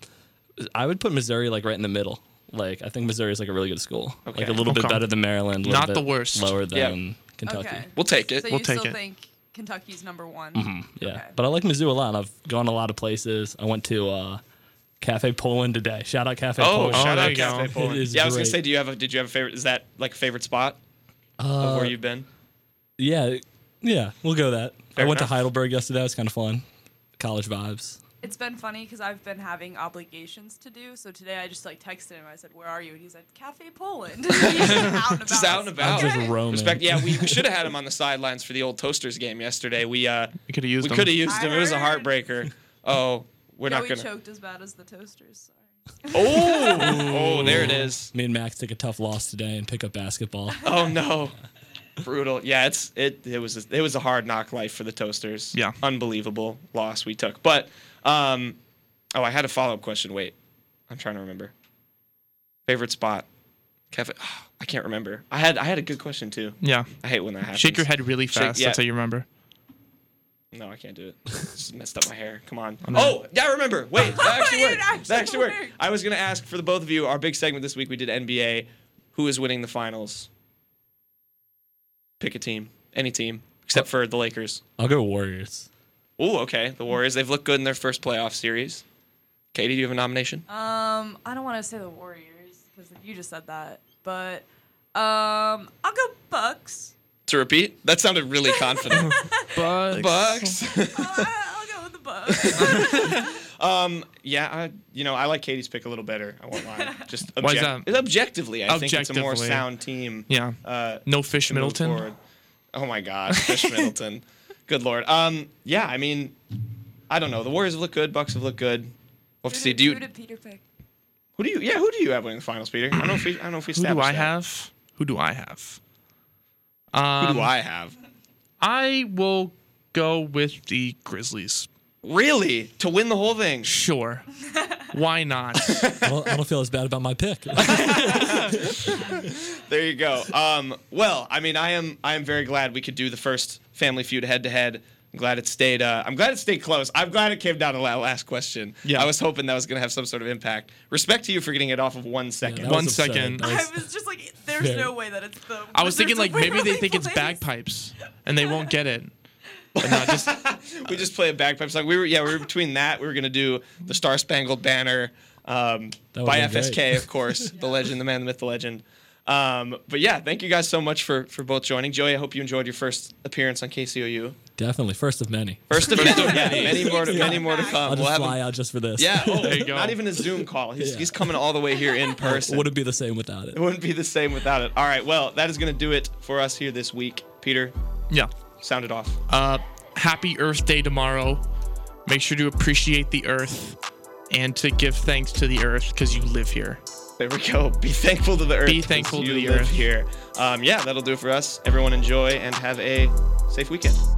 Speaker 11: I would put Missouri like right in the middle. Like I think Missouri is like a really good school. Like
Speaker 2: Okay.
Speaker 11: a little bit
Speaker 3: Okay.
Speaker 11: better than Maryland. a little
Speaker 3: Not the
Speaker 11: bit
Speaker 3: worst.
Speaker 11: Lower
Speaker 2: Yeah.
Speaker 11: than Kentucky.
Speaker 10: Okay.
Speaker 2: We'll take it.
Speaker 10: So
Speaker 3: We'll
Speaker 10: you
Speaker 3: take
Speaker 10: still
Speaker 3: it.
Speaker 10: think Kentucky's number one?
Speaker 11: Mm-hmm. Yeah,
Speaker 10: Okay.
Speaker 11: but I like Mizzou a lot. I've gone a lot of places. I went to uh, Cafe Poland today. Shout out Cafe
Speaker 2: Oh,
Speaker 11: Poland.
Speaker 2: shout
Speaker 3: there
Speaker 2: out
Speaker 3: you
Speaker 2: Cafe
Speaker 3: go.
Speaker 2: Poland.
Speaker 11: It is
Speaker 2: Yeah, I was gonna
Speaker 11: great.
Speaker 2: say, do you have a did you have a favorite? Is that like a favorite spot
Speaker 3: Uh,
Speaker 2: of where you've been?
Speaker 11: yeah, yeah, we'll go that.
Speaker 2: Fair
Speaker 11: I went
Speaker 2: enough.
Speaker 11: to Heidelberg yesterday. It was kind of fun. College vibes.
Speaker 10: It's been funny because I've been having obligations to do. So today I just like texted him. I said, "Where are you?" And he said, "Cafe Poland." He's just out and about.
Speaker 2: Just out and about.
Speaker 11: I'm just roaming.
Speaker 2: Oh, Respect. Yeah, we, we should have had him on the sidelines for the old Toasters game yesterday. We uh,
Speaker 3: We could have used
Speaker 2: we
Speaker 3: them.
Speaker 2: could have used
Speaker 10: I
Speaker 2: him. It was a
Speaker 10: heard.
Speaker 2: heartbreaker. Oh, we're
Speaker 10: Joey
Speaker 2: not gonna.
Speaker 10: choked as bad as the toasters. Sorry.
Speaker 2: Oh, oh, there it is.
Speaker 11: Me and Max took a tough loss today and pick up basketball.
Speaker 2: Oh no, brutal. Yeah, it's it. It was a, it was a hard knock life for the Toasters.
Speaker 3: Yeah.
Speaker 2: unbelievable loss we took. But um, oh, I had a follow up question. Wait, I'm trying to remember. Favorite spot, Kevin. I can't remember. I had I had a good question too.
Speaker 3: Yeah.
Speaker 2: I hate when that happens.
Speaker 3: Shake your head really
Speaker 2: Shake-
Speaker 3: fast. That's how you remember.
Speaker 2: No, I can't do it. Just messed up my hair. Come on.
Speaker 3: I'm
Speaker 2: Oh,
Speaker 3: not-
Speaker 2: yeah, I remember. Wait, that actually
Speaker 10: It
Speaker 2: worked.
Speaker 10: actually
Speaker 2: that actually worked.
Speaker 10: worked.
Speaker 2: I was gonna ask for the both of you. Our big segment this week we did NBA. Who is winning the finals? Pick a team, any team, except
Speaker 3: Oh.
Speaker 2: for the Lakers.
Speaker 11: I'll go Warriors.
Speaker 2: Oh, okay. The Warriors. They've looked good in their first playoff series. Katie, do you have a nomination?
Speaker 10: Um, I don't want to say the Warriors because you just said that, but um, I'll go Bucks.
Speaker 2: To repeat, that sounded really confident.
Speaker 3: Bucks.
Speaker 2: Bucks.
Speaker 10: I'll go with the Bucks.
Speaker 2: um, yeah, I, you know, I like Katie's pick a little better. I won't lie. Just
Speaker 3: Why is
Speaker 2: object-
Speaker 3: that?
Speaker 2: objectively, I think it's a more
Speaker 3: Objectively.
Speaker 2: sound team.
Speaker 3: Yeah.
Speaker 2: Uh,
Speaker 3: No Fish
Speaker 2: to move
Speaker 3: Middleton.
Speaker 2: forward. Oh my God, Fish Middleton. Good lord. Um, yeah, I mean, I don't know. The Warriors have looked good. Bucks have looked good. We'll have to see. Do
Speaker 10: Who
Speaker 2: you?
Speaker 10: did Peter pick?
Speaker 2: Who do you? Yeah, who do you have winning the finals, Peter? I don't know if we. I don't know if we.
Speaker 3: Who do
Speaker 2: established
Speaker 3: I
Speaker 2: that.
Speaker 3: have? Who do I have?
Speaker 2: Who
Speaker 3: Um,
Speaker 2: do I have?
Speaker 3: I will go with the Grizzlies.
Speaker 2: Really? To win the whole thing?
Speaker 3: Sure. Why not?
Speaker 11: Well, I don't feel as bad about my pick.
Speaker 2: There you go. Um, well, I mean, I am I am very glad we could do the first Family Feud head to head. I'm glad it stayed. Uh, I'm glad it stayed close. I'm glad it came down to that last question.
Speaker 3: Yeah.
Speaker 2: I was hoping that was going to have some sort of impact. Respect to you for getting it off of one second.
Speaker 11: that
Speaker 3: One
Speaker 11: was absurd.
Speaker 3: second.
Speaker 11: That
Speaker 10: I
Speaker 11: was-
Speaker 10: was just like, there's
Speaker 11: Very-
Speaker 10: no way that it's the.
Speaker 3: I was thinking like
Speaker 10: Wizards of
Speaker 3: maybe they
Speaker 10: Waverly
Speaker 3: think it's
Speaker 10: Place.
Speaker 3: bagpipes and they won't get it. But not just
Speaker 2: we just play a bagpipe song. We were yeah, we were between that. We were gonna do the Star Spangled Banner um,
Speaker 11: That would've
Speaker 2: by
Speaker 11: been
Speaker 2: FSK,
Speaker 11: great.
Speaker 2: of course, the legend, the man, the myth, the legend. Um, but yeah, thank you guys so much for for both joining. Joey, I hope you enjoyed your first appearance on KCOU.
Speaker 11: Definitely first of many.
Speaker 2: First of many, yeah, many more, to, many more to come.
Speaker 11: I'll just
Speaker 2: We'll have
Speaker 11: fly
Speaker 2: him-
Speaker 11: out just for this.
Speaker 2: yeah, oh,
Speaker 3: There you go.
Speaker 2: not even a Zoom call. He's,
Speaker 11: Yeah.
Speaker 2: he's coming all the way here in person.
Speaker 11: Wouldn't be the same without it.
Speaker 2: it wouldn't be the same without it. All right, well, that is gonna do it for us here this week. Peter,
Speaker 3: yeah.
Speaker 2: sound it off.
Speaker 3: Uh, happy Earth Day tomorrow. Make sure to appreciate the Earth and to give thanks to the Earth because you live here.
Speaker 2: There we go. Be thankful to the earth.
Speaker 3: Be thankful
Speaker 2: because
Speaker 3: to
Speaker 2: you
Speaker 3: the
Speaker 2: live
Speaker 3: earth.
Speaker 2: here. Um, yeah, that'll do it for us. Everyone enjoy and have a safe weekend.